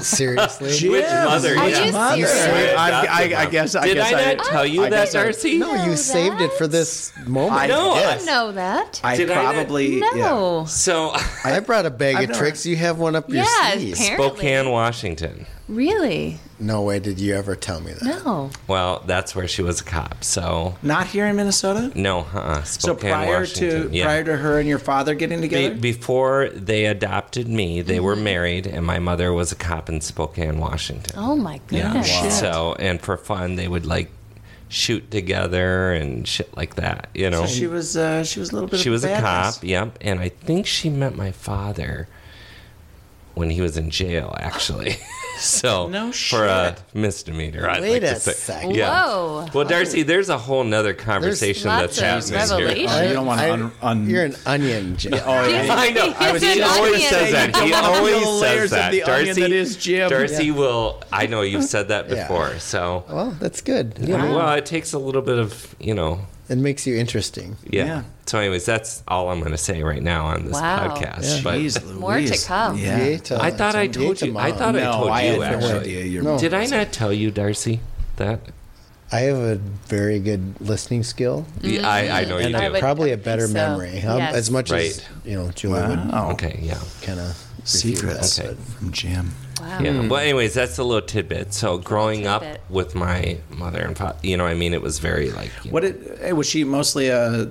[SPEAKER 4] Seriously?
[SPEAKER 1] Jim.
[SPEAKER 2] Which mother?
[SPEAKER 3] Are
[SPEAKER 2] yeah.
[SPEAKER 3] you serious?
[SPEAKER 1] I, I,
[SPEAKER 2] Adopted
[SPEAKER 1] I
[SPEAKER 2] mom.
[SPEAKER 1] guess. I
[SPEAKER 2] Did
[SPEAKER 1] guess
[SPEAKER 2] I not tell you
[SPEAKER 1] I
[SPEAKER 2] that,
[SPEAKER 1] guess I-
[SPEAKER 2] Darcy?
[SPEAKER 4] No, you
[SPEAKER 3] know
[SPEAKER 4] saved it
[SPEAKER 3] that?
[SPEAKER 4] for this moment.
[SPEAKER 1] I-
[SPEAKER 4] I,
[SPEAKER 2] No,
[SPEAKER 3] I
[SPEAKER 2] Yes.
[SPEAKER 3] don't know that.
[SPEAKER 1] I
[SPEAKER 2] Did I not-
[SPEAKER 1] probably yeah.
[SPEAKER 3] no.
[SPEAKER 2] So,
[SPEAKER 4] brought a bag
[SPEAKER 1] I've
[SPEAKER 4] of
[SPEAKER 1] never-
[SPEAKER 4] tricks. You have one up your
[SPEAKER 3] Yeah,
[SPEAKER 4] sleeve.
[SPEAKER 3] apparently.
[SPEAKER 2] Spokane, Washington.
[SPEAKER 3] Really?
[SPEAKER 4] No way did you ever tell me that.
[SPEAKER 3] No.
[SPEAKER 2] Well, that's where she was a cop. So,
[SPEAKER 1] Not here in Minnesota.
[SPEAKER 2] no, uh-uh.
[SPEAKER 1] So
[SPEAKER 2] Spokane,
[SPEAKER 1] prior
[SPEAKER 2] Washington.
[SPEAKER 1] to prior to her and your father getting together, Mm-hmm.
[SPEAKER 2] Be- before they adopted me, they were married, and my mother was a cop in Spokane, Washington.
[SPEAKER 3] Oh my
[SPEAKER 2] yeah.
[SPEAKER 3] goodness.
[SPEAKER 2] So, and for fun, they would like shoot together and shit like that. You know,
[SPEAKER 1] so she was uh, she was a little bit.
[SPEAKER 2] She
[SPEAKER 1] of
[SPEAKER 2] was a
[SPEAKER 1] badness.
[SPEAKER 2] cop. Yep, and I think she met my father when he was in jail, actually. so
[SPEAKER 1] No
[SPEAKER 2] for a
[SPEAKER 1] shit.
[SPEAKER 2] misdemeanor, I'd
[SPEAKER 4] Wait
[SPEAKER 2] like
[SPEAKER 4] a
[SPEAKER 2] to say.
[SPEAKER 4] second.
[SPEAKER 3] Whoa.
[SPEAKER 2] Well, Darcy, there's a whole nother conversation
[SPEAKER 3] Lots
[SPEAKER 2] that's
[SPEAKER 3] of
[SPEAKER 2] happening here.
[SPEAKER 1] Oh,
[SPEAKER 3] revelation.
[SPEAKER 1] you don't want
[SPEAKER 4] I-
[SPEAKER 1] to un. un-
[SPEAKER 4] You're an onion, Jim.
[SPEAKER 1] oh, yeah.
[SPEAKER 3] Jesus.
[SPEAKER 2] I know. I was, he
[SPEAKER 3] He's an
[SPEAKER 2] always
[SPEAKER 3] onion.
[SPEAKER 2] says that. He
[SPEAKER 1] Don't
[SPEAKER 2] always
[SPEAKER 1] know the
[SPEAKER 2] says
[SPEAKER 1] layers of
[SPEAKER 2] that.
[SPEAKER 1] the onion
[SPEAKER 2] Darcy
[SPEAKER 1] that is Jim.
[SPEAKER 2] Darcy will. I know you've said that
[SPEAKER 4] Yeah.
[SPEAKER 2] before. So,
[SPEAKER 4] Well, that's good. You know,
[SPEAKER 2] well, it takes a little bit of you know.
[SPEAKER 4] It makes you interesting.
[SPEAKER 2] Yeah.
[SPEAKER 1] Yeah.
[SPEAKER 2] So, anyways, that's all I'm going to say right now on this
[SPEAKER 3] Wow.
[SPEAKER 2] podcast.
[SPEAKER 4] Yeah.
[SPEAKER 2] But
[SPEAKER 1] Jeez,
[SPEAKER 3] More to
[SPEAKER 1] Louise.
[SPEAKER 3] come.
[SPEAKER 1] Yeah.
[SPEAKER 4] Gate, uh,
[SPEAKER 2] I thought I
[SPEAKER 4] gate
[SPEAKER 2] told you. I
[SPEAKER 4] mom.
[SPEAKER 2] thought I
[SPEAKER 1] No,
[SPEAKER 2] told
[SPEAKER 1] I
[SPEAKER 2] you.
[SPEAKER 1] had
[SPEAKER 2] actually.
[SPEAKER 1] no idea. Your
[SPEAKER 4] No.
[SPEAKER 2] Did I not tell you, Darcy, that?
[SPEAKER 4] I have a very good listening skill.
[SPEAKER 2] Yeah, I, I know you
[SPEAKER 4] And
[SPEAKER 2] do.
[SPEAKER 3] I would-
[SPEAKER 4] probably a
[SPEAKER 3] think
[SPEAKER 4] better
[SPEAKER 3] so.
[SPEAKER 4] memory. Um,
[SPEAKER 3] Yes.
[SPEAKER 4] As much as,
[SPEAKER 2] Right.
[SPEAKER 4] you know, Julie would
[SPEAKER 1] Wow.
[SPEAKER 2] okay, yeah.
[SPEAKER 4] kind of
[SPEAKER 1] Oh, Secrets
[SPEAKER 2] Okay.
[SPEAKER 1] from Jim.
[SPEAKER 3] Wow.
[SPEAKER 2] Yeah.
[SPEAKER 1] Hmm.
[SPEAKER 2] Well, anyways, that's a little tidbit. So growing up
[SPEAKER 3] tidbit.
[SPEAKER 2] with my mother and father, you know, I mean, it was very like you
[SPEAKER 1] What it, eh, was she mostly a
[SPEAKER 2] know,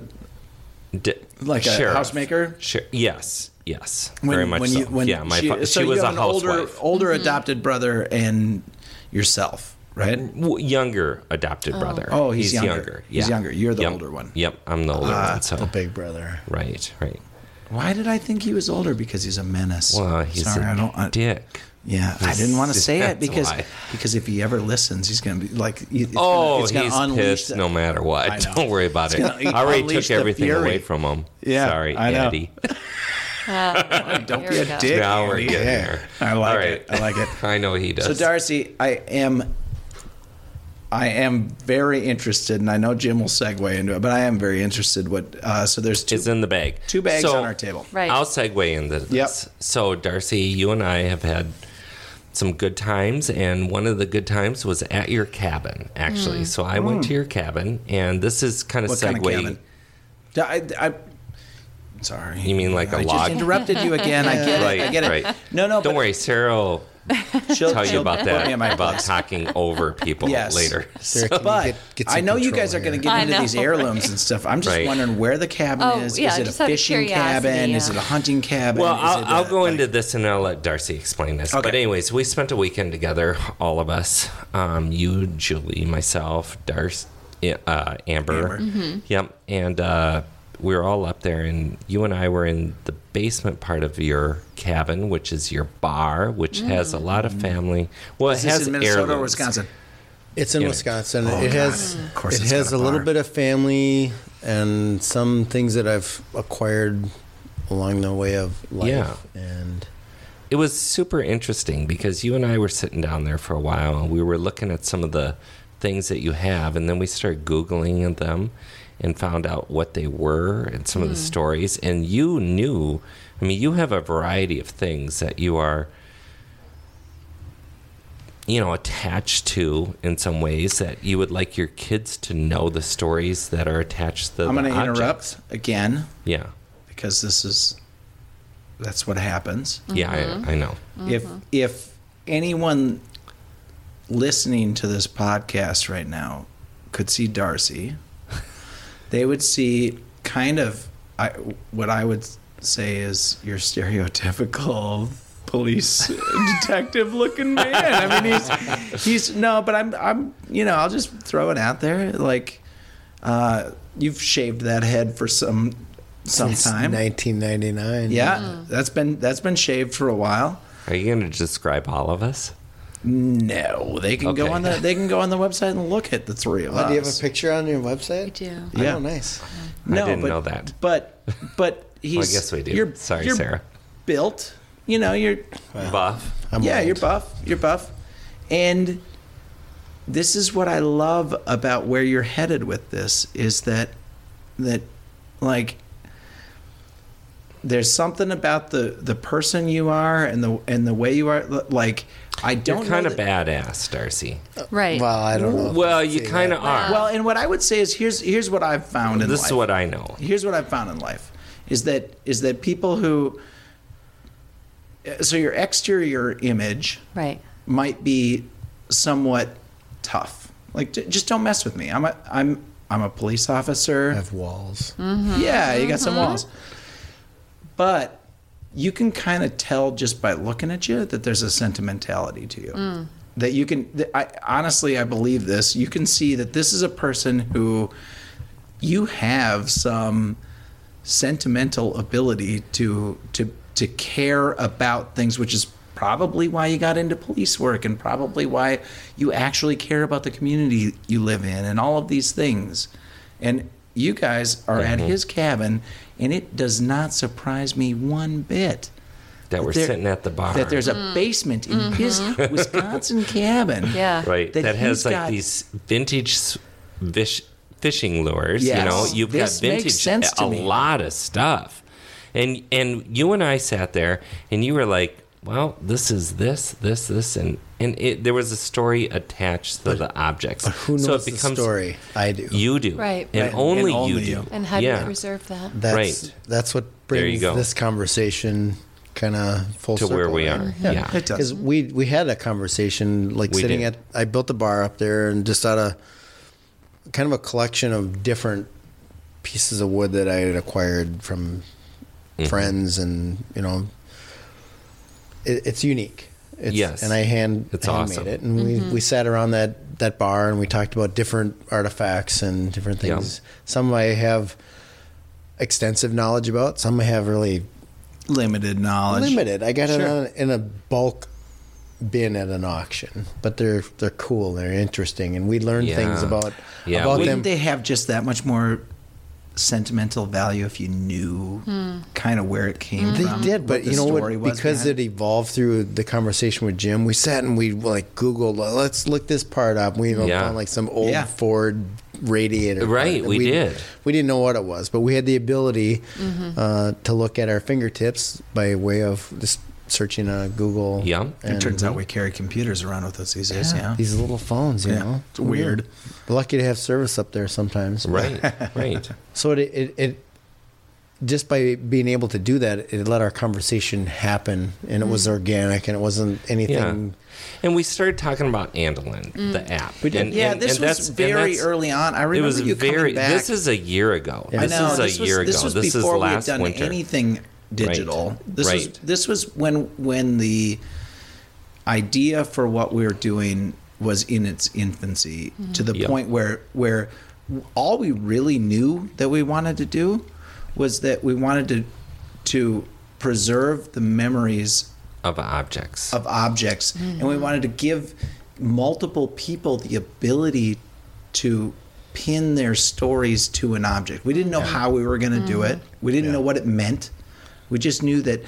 [SPEAKER 2] di-
[SPEAKER 1] like a
[SPEAKER 2] sheriff.
[SPEAKER 1] housemaker?
[SPEAKER 2] Sure. Yes. Yes. very much so. yeah, my
[SPEAKER 1] she,
[SPEAKER 2] she, fa-
[SPEAKER 1] so
[SPEAKER 2] she was
[SPEAKER 1] you
[SPEAKER 2] a
[SPEAKER 1] have an older
[SPEAKER 2] housewife.
[SPEAKER 1] older
[SPEAKER 3] Mm-hmm.
[SPEAKER 1] adopted brother and yourself, right?
[SPEAKER 2] W- younger adopted brother.
[SPEAKER 1] Oh, he's younger.
[SPEAKER 2] Yeah.
[SPEAKER 1] He's younger. You're the
[SPEAKER 2] Yep.
[SPEAKER 1] older one. Ah,
[SPEAKER 2] Yep. I'm the older one. So
[SPEAKER 4] The big brother.
[SPEAKER 2] right, right.
[SPEAKER 1] Uh, Why did I think he was older? Because he's a menace.
[SPEAKER 2] Well, he's
[SPEAKER 1] Sorry,
[SPEAKER 2] a
[SPEAKER 1] I don't. I,
[SPEAKER 2] dick.
[SPEAKER 1] yeah, I didn't want to say it
[SPEAKER 2] That's
[SPEAKER 1] because
[SPEAKER 2] why.
[SPEAKER 1] because if he ever listens, he's gonna be like, he- it's
[SPEAKER 2] Oh,
[SPEAKER 1] gonna, it's gonna
[SPEAKER 2] he's
[SPEAKER 1] unleash
[SPEAKER 2] pissed
[SPEAKER 1] that-
[SPEAKER 2] no matter
[SPEAKER 1] I
[SPEAKER 2] what.
[SPEAKER 1] know.
[SPEAKER 2] Don't worry about it.
[SPEAKER 1] gonna
[SPEAKER 2] I already
[SPEAKER 1] unleash
[SPEAKER 2] took
[SPEAKER 1] the
[SPEAKER 2] everything
[SPEAKER 1] fury.
[SPEAKER 2] away from him.
[SPEAKER 1] Yeah,
[SPEAKER 2] Sorry,
[SPEAKER 1] I know.
[SPEAKER 2] Eddie.
[SPEAKER 1] Don't
[SPEAKER 3] Here
[SPEAKER 1] be
[SPEAKER 3] we
[SPEAKER 1] a
[SPEAKER 3] go.
[SPEAKER 1] dick.
[SPEAKER 2] Now we're
[SPEAKER 1] Andy.
[SPEAKER 2] getting
[SPEAKER 1] Yeah.
[SPEAKER 2] there.
[SPEAKER 1] I like
[SPEAKER 2] All right.
[SPEAKER 1] it. I like it.
[SPEAKER 2] I know he does.
[SPEAKER 1] So Darcy, I am I am very interested, and I know Jim will segue into it, but I am very interested. What uh, so there's two
[SPEAKER 2] it's in the bag.
[SPEAKER 1] two bags
[SPEAKER 2] So,
[SPEAKER 1] on our table.
[SPEAKER 3] Right.
[SPEAKER 2] I'll segue into this. So Darcy, you and I have had some good times, and one of the good times was at your cabin, actually. So I went to your cabin, and this is kind of
[SPEAKER 1] Mm. What
[SPEAKER 2] segue.
[SPEAKER 1] kind of cabin? I, I, sorry.
[SPEAKER 2] You mean like a
[SPEAKER 1] I
[SPEAKER 2] log?
[SPEAKER 1] Just interrupted you again. I get
[SPEAKER 2] Right,
[SPEAKER 1] it. I get it.
[SPEAKER 2] right.
[SPEAKER 1] No, no.
[SPEAKER 2] Don't
[SPEAKER 1] but
[SPEAKER 2] worry, Sarah will
[SPEAKER 1] She'll
[SPEAKER 2] tell you
[SPEAKER 1] she'll
[SPEAKER 2] about
[SPEAKER 1] put
[SPEAKER 2] that
[SPEAKER 1] me in my
[SPEAKER 2] about
[SPEAKER 1] place.
[SPEAKER 2] talking over people
[SPEAKER 1] Yes.
[SPEAKER 2] later.
[SPEAKER 4] Sarah, can you
[SPEAKER 1] But
[SPEAKER 4] get- get some
[SPEAKER 1] I know you
[SPEAKER 4] control
[SPEAKER 1] guys are going to
[SPEAKER 4] here?
[SPEAKER 1] get
[SPEAKER 3] I
[SPEAKER 1] into
[SPEAKER 3] know,
[SPEAKER 1] these heirlooms
[SPEAKER 3] right?
[SPEAKER 1] and stuff. I'm just
[SPEAKER 2] Right.
[SPEAKER 1] wondering where the cabin
[SPEAKER 3] Oh,
[SPEAKER 1] is.
[SPEAKER 3] yeah,
[SPEAKER 1] is it
[SPEAKER 3] just
[SPEAKER 1] a
[SPEAKER 3] out of
[SPEAKER 1] fishing cabin?
[SPEAKER 3] curiosity,
[SPEAKER 1] Is it
[SPEAKER 3] yeah.
[SPEAKER 1] a hunting cabin?
[SPEAKER 2] Well,
[SPEAKER 1] Is
[SPEAKER 2] I'll,
[SPEAKER 1] it
[SPEAKER 2] I'll
[SPEAKER 1] a-
[SPEAKER 2] go
[SPEAKER 1] like-
[SPEAKER 2] into this and I'll let Darcy explain this. But,
[SPEAKER 1] Okay.
[SPEAKER 2] anyways, we spent a weekend together, all of us. Um, you, Julie, myself, Darcy, uh, Amber.
[SPEAKER 1] Amber.
[SPEAKER 2] Yep. And uh, we were all up there, and you and I were in the basement part of your cabin, which is your bar, which has a lot of family. Well,
[SPEAKER 1] Is
[SPEAKER 2] it has
[SPEAKER 1] this in Minnesota or
[SPEAKER 2] heirlooms.
[SPEAKER 1] Wisconsin?
[SPEAKER 4] It's in
[SPEAKER 2] Yeah.
[SPEAKER 4] Wisconsin.
[SPEAKER 1] Oh,
[SPEAKER 4] it
[SPEAKER 1] God.
[SPEAKER 4] has
[SPEAKER 1] Of course
[SPEAKER 4] it
[SPEAKER 1] it's
[SPEAKER 4] has
[SPEAKER 1] got
[SPEAKER 4] a
[SPEAKER 1] a
[SPEAKER 4] little
[SPEAKER 1] bar.
[SPEAKER 4] bit of family and some things that I've acquired along the way of life.
[SPEAKER 2] Yeah.
[SPEAKER 4] And
[SPEAKER 2] It was super interesting because you and I were sitting down there for a while and we were looking at some of the things that you have, and then we started Googling them and found out what they were and some of the stories. And you knew, I mean, you have a variety of things that you are, you know, attached to in some ways that you would like your kids to know the stories that are attached to
[SPEAKER 1] I'm
[SPEAKER 2] the
[SPEAKER 1] going to
[SPEAKER 2] objects.
[SPEAKER 1] interrupt again
[SPEAKER 2] Yeah.
[SPEAKER 1] because this is that's what happens.
[SPEAKER 2] Yeah, I, I know.
[SPEAKER 1] If if anyone listening to this podcast right now could see Darcy, they would see kind of I, what I would say is your stereotypical police detective looking man. I mean, he's he's no, but I'm I'm you know I'll just throw it out there like uh, you've shaved that head for some some
[SPEAKER 4] Since
[SPEAKER 1] time.
[SPEAKER 4] 1999.
[SPEAKER 1] Yeah, that's been that's been shaved for a while.
[SPEAKER 2] Are you going to describe all of us?
[SPEAKER 1] No, they can go
[SPEAKER 2] Okay.
[SPEAKER 1] on the they can go on the website and look at the three of
[SPEAKER 4] Oh,
[SPEAKER 1] us.
[SPEAKER 4] do you have a picture on your website?
[SPEAKER 3] I do.
[SPEAKER 1] Yeah.
[SPEAKER 4] Oh, nice.
[SPEAKER 1] No,
[SPEAKER 2] didn't
[SPEAKER 1] but,
[SPEAKER 2] know that.
[SPEAKER 1] But but he's.
[SPEAKER 2] I guess we do.
[SPEAKER 1] You're,
[SPEAKER 2] Sorry,
[SPEAKER 1] you're
[SPEAKER 2] Sarah.
[SPEAKER 1] Built. You know you're.
[SPEAKER 2] Buff.
[SPEAKER 4] I'm
[SPEAKER 1] yeah,
[SPEAKER 4] old.
[SPEAKER 1] you're buff. You're buff, and this is what I love about where you're headed with this is that that like there's something about the the person you are and the and the way you are like I don't
[SPEAKER 2] You're kind
[SPEAKER 1] know
[SPEAKER 2] of
[SPEAKER 1] that- Oh,
[SPEAKER 2] badass, Darcy.
[SPEAKER 3] Right.
[SPEAKER 4] Well, I don't know.
[SPEAKER 2] Well, you kind of are.
[SPEAKER 1] Well, and what I would say is here's here's what I've found in
[SPEAKER 2] this
[SPEAKER 1] life.
[SPEAKER 2] is what I know.
[SPEAKER 1] here's what I've found in life is that is that people who so your exterior image
[SPEAKER 3] Right.
[SPEAKER 1] might be somewhat tough. Like j- just don't mess with me. I'm a I'm I'm a police
[SPEAKER 4] I
[SPEAKER 1] officer.
[SPEAKER 4] have walls.
[SPEAKER 1] Yeah, you got some walls. But you can kind of tell just by looking at you that there's a sentimentality to you. That you can that I honestly I believe this. You can see that this is a person who you have some sentimental ability to to to care about things which is probably why you got into police work and probably why you actually care about the community you live in and all of these things and you guys are
[SPEAKER 2] Mm-hmm.
[SPEAKER 1] at his cabin and it does not surprise me one bit
[SPEAKER 2] That we're
[SPEAKER 1] there-
[SPEAKER 2] sitting at the bar.
[SPEAKER 1] that there's a basement in his Wisconsin cabin
[SPEAKER 3] Yeah.
[SPEAKER 2] right
[SPEAKER 1] that
[SPEAKER 2] that, has
[SPEAKER 1] he's
[SPEAKER 2] like
[SPEAKER 1] got-
[SPEAKER 2] these vintage s- fish, fishing lures
[SPEAKER 1] Yes.
[SPEAKER 2] you know you've
[SPEAKER 1] This
[SPEAKER 2] got
[SPEAKER 1] makes
[SPEAKER 2] vintage
[SPEAKER 1] sense to
[SPEAKER 2] a
[SPEAKER 1] me.
[SPEAKER 2] lot of stuff and and you and i sat there and you were like well this is this this this and and it, there was a story attached to the objects
[SPEAKER 4] Who knows
[SPEAKER 2] so it becomes
[SPEAKER 4] the story? I do.
[SPEAKER 2] you do
[SPEAKER 3] Right.
[SPEAKER 2] and
[SPEAKER 1] Right.
[SPEAKER 2] only,
[SPEAKER 1] And only
[SPEAKER 2] you do
[SPEAKER 1] you.
[SPEAKER 3] And how do
[SPEAKER 2] yeah
[SPEAKER 3] you preserve that?
[SPEAKER 4] that's
[SPEAKER 2] Right.
[SPEAKER 4] that's what
[SPEAKER 2] There you
[SPEAKER 4] brings
[SPEAKER 2] go.
[SPEAKER 4] this conversation kind of full
[SPEAKER 2] to where
[SPEAKER 4] circle,
[SPEAKER 2] we
[SPEAKER 4] right?
[SPEAKER 2] are
[SPEAKER 1] Yeah,
[SPEAKER 2] yeah
[SPEAKER 1] it does.
[SPEAKER 4] because we we had a conversation like
[SPEAKER 2] We
[SPEAKER 4] sitting
[SPEAKER 2] did.
[SPEAKER 4] at I built a bar up there and just out of kind of a collection of different pieces of wood that I had acquired from
[SPEAKER 2] Mm-hmm.
[SPEAKER 4] friends and you know it, it's unique. It's,
[SPEAKER 2] Yes.
[SPEAKER 4] and I hand
[SPEAKER 2] It's
[SPEAKER 4] handmade
[SPEAKER 2] awesome.
[SPEAKER 4] it, and we, we sat around that that bar and we talked about different artifacts and different
[SPEAKER 2] Yeah.
[SPEAKER 4] things. Some I have extensive knowledge about. Some I have really
[SPEAKER 1] limited knowledge.
[SPEAKER 4] limited. I got it
[SPEAKER 1] Sure.
[SPEAKER 4] on, in a bulk bin at an auction, but they're they're cool. They're interesting, and we learn
[SPEAKER 2] Yeah.
[SPEAKER 4] things about
[SPEAKER 2] Yeah,
[SPEAKER 4] about
[SPEAKER 2] we-
[SPEAKER 1] Wouldn't
[SPEAKER 4] them.
[SPEAKER 1] they have just that much more sentimental value if you knew kind of where it came
[SPEAKER 4] They
[SPEAKER 1] from?
[SPEAKER 4] did, but
[SPEAKER 1] the
[SPEAKER 4] you know
[SPEAKER 1] story
[SPEAKER 4] what?
[SPEAKER 1] was
[SPEAKER 4] Because
[SPEAKER 1] behind
[SPEAKER 4] it evolved through the conversation with Jim, we sat and we like Googled. Let's look this part up. We even
[SPEAKER 2] Yeah.
[SPEAKER 4] found like some old
[SPEAKER 1] Yeah.
[SPEAKER 4] Ford radiator. part
[SPEAKER 2] Right,
[SPEAKER 4] that
[SPEAKER 2] we did.
[SPEAKER 4] We didn't know what it was, but we had the ability
[SPEAKER 1] Mm-hmm.
[SPEAKER 4] uh, to look at our fingertips by way of just searching on Google.
[SPEAKER 2] Yeah. It
[SPEAKER 1] It turns out we carry computers around with us these days, yeah.
[SPEAKER 4] These little phones, you
[SPEAKER 1] Yeah,
[SPEAKER 4] know. Mm-hmm.
[SPEAKER 1] it's weird.
[SPEAKER 4] We're lucky to have service up there sometimes.
[SPEAKER 2] right right
[SPEAKER 4] So it, it it just by being able to do that, it let our conversation happen, and it was organic, and it wasn't
[SPEAKER 2] yeah
[SPEAKER 4] anything.
[SPEAKER 2] and we started talking about Andelin, the app.
[SPEAKER 4] We did.
[SPEAKER 2] And,
[SPEAKER 1] Mm. Yeah,
[SPEAKER 2] and-
[SPEAKER 1] this
[SPEAKER 2] and
[SPEAKER 1] was
[SPEAKER 2] that's- and
[SPEAKER 1] very
[SPEAKER 2] that's-
[SPEAKER 1] early on. I remember
[SPEAKER 2] it was
[SPEAKER 1] you coming
[SPEAKER 2] very.
[SPEAKER 1] back.
[SPEAKER 2] This is a year ago.
[SPEAKER 4] Yeah. I
[SPEAKER 2] This
[SPEAKER 1] I know,
[SPEAKER 2] is a year
[SPEAKER 1] was,
[SPEAKER 2] ago.
[SPEAKER 1] This was
[SPEAKER 2] This is
[SPEAKER 1] before we had
[SPEAKER 2] last
[SPEAKER 1] done
[SPEAKER 2] winter.
[SPEAKER 1] anything digital. This was
[SPEAKER 2] Right.
[SPEAKER 1] this was when when the idea for what we were doing was in its infancy to the
[SPEAKER 2] Yeah.
[SPEAKER 1] point where where all we really knew that we wanted to do was that we wanted to to preserve the memories
[SPEAKER 2] of objects.
[SPEAKER 4] Oh,
[SPEAKER 1] of objects and
[SPEAKER 4] Mm-hmm.
[SPEAKER 1] we wanted to give multiple people the ability to pin their stories to an object we didn't know how we were going to do
[SPEAKER 4] Mm-hmm.
[SPEAKER 1] it we didn't know what it meant we just knew that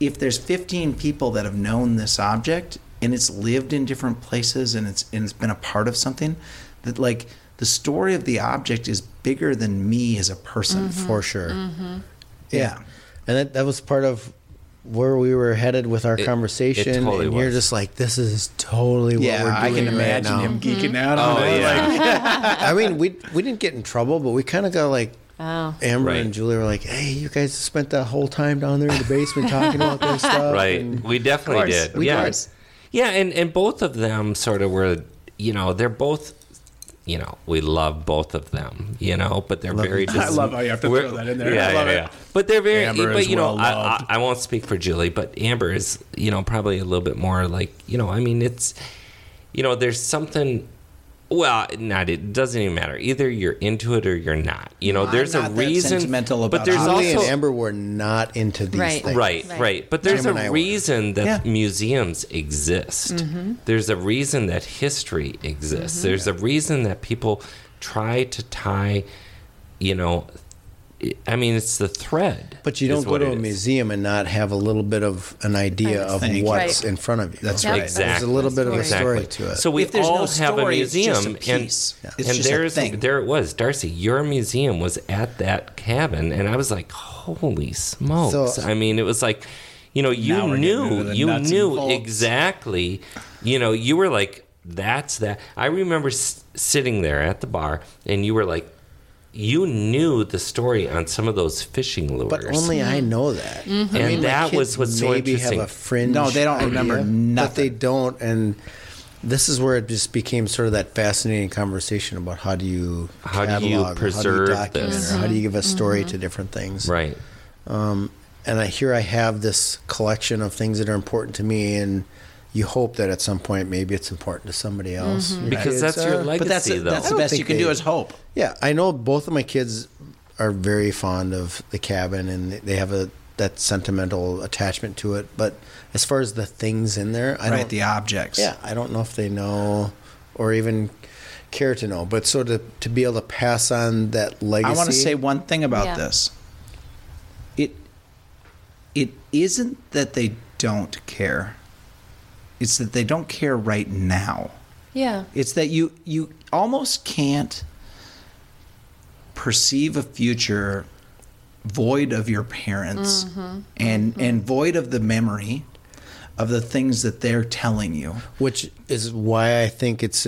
[SPEAKER 1] if there's 15 people that have known this object and it's lived in different places and it's and it's been a part of something that like the story of the object is bigger than me as a person
[SPEAKER 4] For sure,
[SPEAKER 1] yeah
[SPEAKER 4] and that that was part of where we were headed with our
[SPEAKER 2] it
[SPEAKER 4] conversation.
[SPEAKER 2] totally
[SPEAKER 4] and you're
[SPEAKER 2] was.
[SPEAKER 4] just like, this is totally what
[SPEAKER 1] yeah, I
[SPEAKER 4] we're doing
[SPEAKER 1] can imagine
[SPEAKER 4] right now.
[SPEAKER 1] him geeking out on
[SPEAKER 2] Oh,
[SPEAKER 1] it.
[SPEAKER 2] yeah.
[SPEAKER 1] Like,
[SPEAKER 4] I mean, we we didn't get in trouble, but we kind of got like.
[SPEAKER 3] Oh.
[SPEAKER 4] Amber
[SPEAKER 2] Right.
[SPEAKER 4] and Julie were like, "Hey, you guys spent that whole time down there in the basement talking about this stuff."
[SPEAKER 2] right.
[SPEAKER 4] and-
[SPEAKER 2] We definitely
[SPEAKER 1] course.
[SPEAKER 2] did.
[SPEAKER 1] We
[SPEAKER 2] yeah.
[SPEAKER 1] did.
[SPEAKER 2] Yeah, and and both of them sort of were. You know, they're both. you know, we love both of them, you know, but they're very.
[SPEAKER 5] I love how you have to
[SPEAKER 2] we're-
[SPEAKER 5] throw that in there. I love it.
[SPEAKER 2] But they're very.
[SPEAKER 5] Amber
[SPEAKER 2] but
[SPEAKER 5] is
[SPEAKER 2] you know, I, I,
[SPEAKER 5] well-loved.
[SPEAKER 2] I won't speak for Julie, but Amber is you know probably a little bit more like you know. I mean, it's you know, there's something. Well, not it doesn't even matter. Either you're into it or you're not. You know,
[SPEAKER 1] I'm
[SPEAKER 2] there's
[SPEAKER 1] not
[SPEAKER 2] a
[SPEAKER 1] that
[SPEAKER 2] reason.
[SPEAKER 1] sentimental
[SPEAKER 2] but
[SPEAKER 1] about
[SPEAKER 2] there's
[SPEAKER 1] it.
[SPEAKER 4] Julie
[SPEAKER 2] also
[SPEAKER 4] and Amber were not into these
[SPEAKER 3] Right.
[SPEAKER 4] things.
[SPEAKER 2] Right,
[SPEAKER 3] Right.
[SPEAKER 2] right, But there's
[SPEAKER 4] Jim and I
[SPEAKER 2] a
[SPEAKER 4] were.
[SPEAKER 2] reason that
[SPEAKER 1] Yeah.
[SPEAKER 2] museums exist. There's a reason that history exists. There's a reason that people try to tie, you know, I- I mean, it's the thread.
[SPEAKER 4] But you
[SPEAKER 2] is
[SPEAKER 4] don't go
[SPEAKER 2] what
[SPEAKER 4] to
[SPEAKER 2] it
[SPEAKER 4] a
[SPEAKER 2] is.
[SPEAKER 4] museum and not have a little bit of an idea of
[SPEAKER 1] Thank you.
[SPEAKER 4] what's
[SPEAKER 3] Right.
[SPEAKER 4] in front of you.
[SPEAKER 1] That's
[SPEAKER 3] Yep.
[SPEAKER 1] right.
[SPEAKER 2] Exactly.
[SPEAKER 4] There's a little bit of a
[SPEAKER 2] Exactly.
[SPEAKER 4] story to it.
[SPEAKER 2] So we
[SPEAKER 1] If there's no
[SPEAKER 2] all have a
[SPEAKER 1] story, it's just a
[SPEAKER 2] museum,
[SPEAKER 1] piece.
[SPEAKER 2] and,
[SPEAKER 1] It's
[SPEAKER 2] and
[SPEAKER 1] just a
[SPEAKER 2] there's
[SPEAKER 1] thing.
[SPEAKER 2] there it was, Darcy. Your museum was at that cabin, and I was like, "Holy smokes!"
[SPEAKER 4] So-
[SPEAKER 2] I mean, it was like, you know,
[SPEAKER 5] Now
[SPEAKER 2] you
[SPEAKER 5] we're getting into
[SPEAKER 2] knew,
[SPEAKER 5] the
[SPEAKER 2] you
[SPEAKER 5] nuts and
[SPEAKER 2] knew
[SPEAKER 5] bolts.
[SPEAKER 2] exactly, you know, you were like, "That's that." I remember s- sitting there at the bar, and you were like, you knew the story on some of those fishing lures,
[SPEAKER 4] but only I know that. I
[SPEAKER 2] And
[SPEAKER 4] my
[SPEAKER 2] that was
[SPEAKER 4] kids
[SPEAKER 2] what's so
[SPEAKER 4] maybe
[SPEAKER 2] interesting.
[SPEAKER 4] Have a fringe
[SPEAKER 1] No, they don't
[SPEAKER 4] idea,
[SPEAKER 1] remember
[SPEAKER 4] But they
[SPEAKER 1] nothing.
[SPEAKER 4] don't. And this is where it just became sort of that fascinating conversation about how do you
[SPEAKER 2] How do you
[SPEAKER 4] catalog, or
[SPEAKER 2] preserve
[SPEAKER 4] how do you document,
[SPEAKER 2] this?
[SPEAKER 4] or how do you give a story to different things?
[SPEAKER 2] right?
[SPEAKER 4] and I here I have this collection of things that are important to me, and you hope that at some point maybe it's important to somebody else. Your
[SPEAKER 2] Because
[SPEAKER 4] kids,
[SPEAKER 2] that's
[SPEAKER 4] uh,
[SPEAKER 2] your legacy,
[SPEAKER 1] But that's
[SPEAKER 2] though.
[SPEAKER 1] that's
[SPEAKER 4] I
[SPEAKER 1] the
[SPEAKER 4] don't
[SPEAKER 1] best
[SPEAKER 4] think
[SPEAKER 1] you can
[SPEAKER 4] they-
[SPEAKER 1] do is hope.
[SPEAKER 4] Yeah, I know both of my kids are very fond of the cabin, and they have a that sentimental attachment to it. But as far as the things in there, I
[SPEAKER 1] right,
[SPEAKER 4] don't.
[SPEAKER 1] the objects.
[SPEAKER 4] yeah, I don't know if they know or even care to know. But so to to be able to pass on that legacy,
[SPEAKER 1] I want to say one thing about
[SPEAKER 3] Yeah.
[SPEAKER 1] this. It it isn't that they don't care. It's that they don't care right now.
[SPEAKER 3] Yeah.
[SPEAKER 1] It's that you you almost can't perceive a future void of your parents and and void of the memory of the things that they're telling you.
[SPEAKER 4] which is why I think it's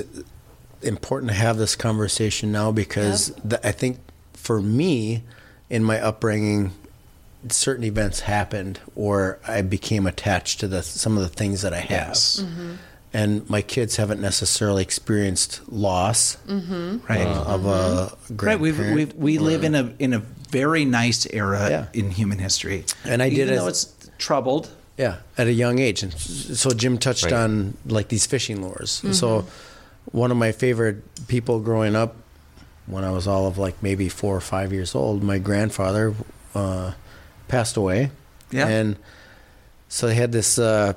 [SPEAKER 4] important to have this conversation now because the, I think for me in my upbringing certain events happened or I became attached to the some of the things that I have.
[SPEAKER 1] Yes.
[SPEAKER 4] And my kids haven't necessarily experienced loss
[SPEAKER 1] Right.
[SPEAKER 4] uh, of a
[SPEAKER 1] Right,
[SPEAKER 4] grandparent.
[SPEAKER 1] we've, we've, we live in a in a very nice era
[SPEAKER 4] Yeah.
[SPEAKER 1] in human history,
[SPEAKER 4] And I
[SPEAKER 1] Even
[SPEAKER 4] did as-
[SPEAKER 1] though it's troubled,
[SPEAKER 4] Yeah, at a young age, and s- so Jim touched
[SPEAKER 2] Right.
[SPEAKER 4] on like these fishing lures. And So, one of my favorite people growing up, when I was all of like maybe four or five years old, my grandfather uh, passed away.
[SPEAKER 1] Yeah.
[SPEAKER 4] and so they had this uh,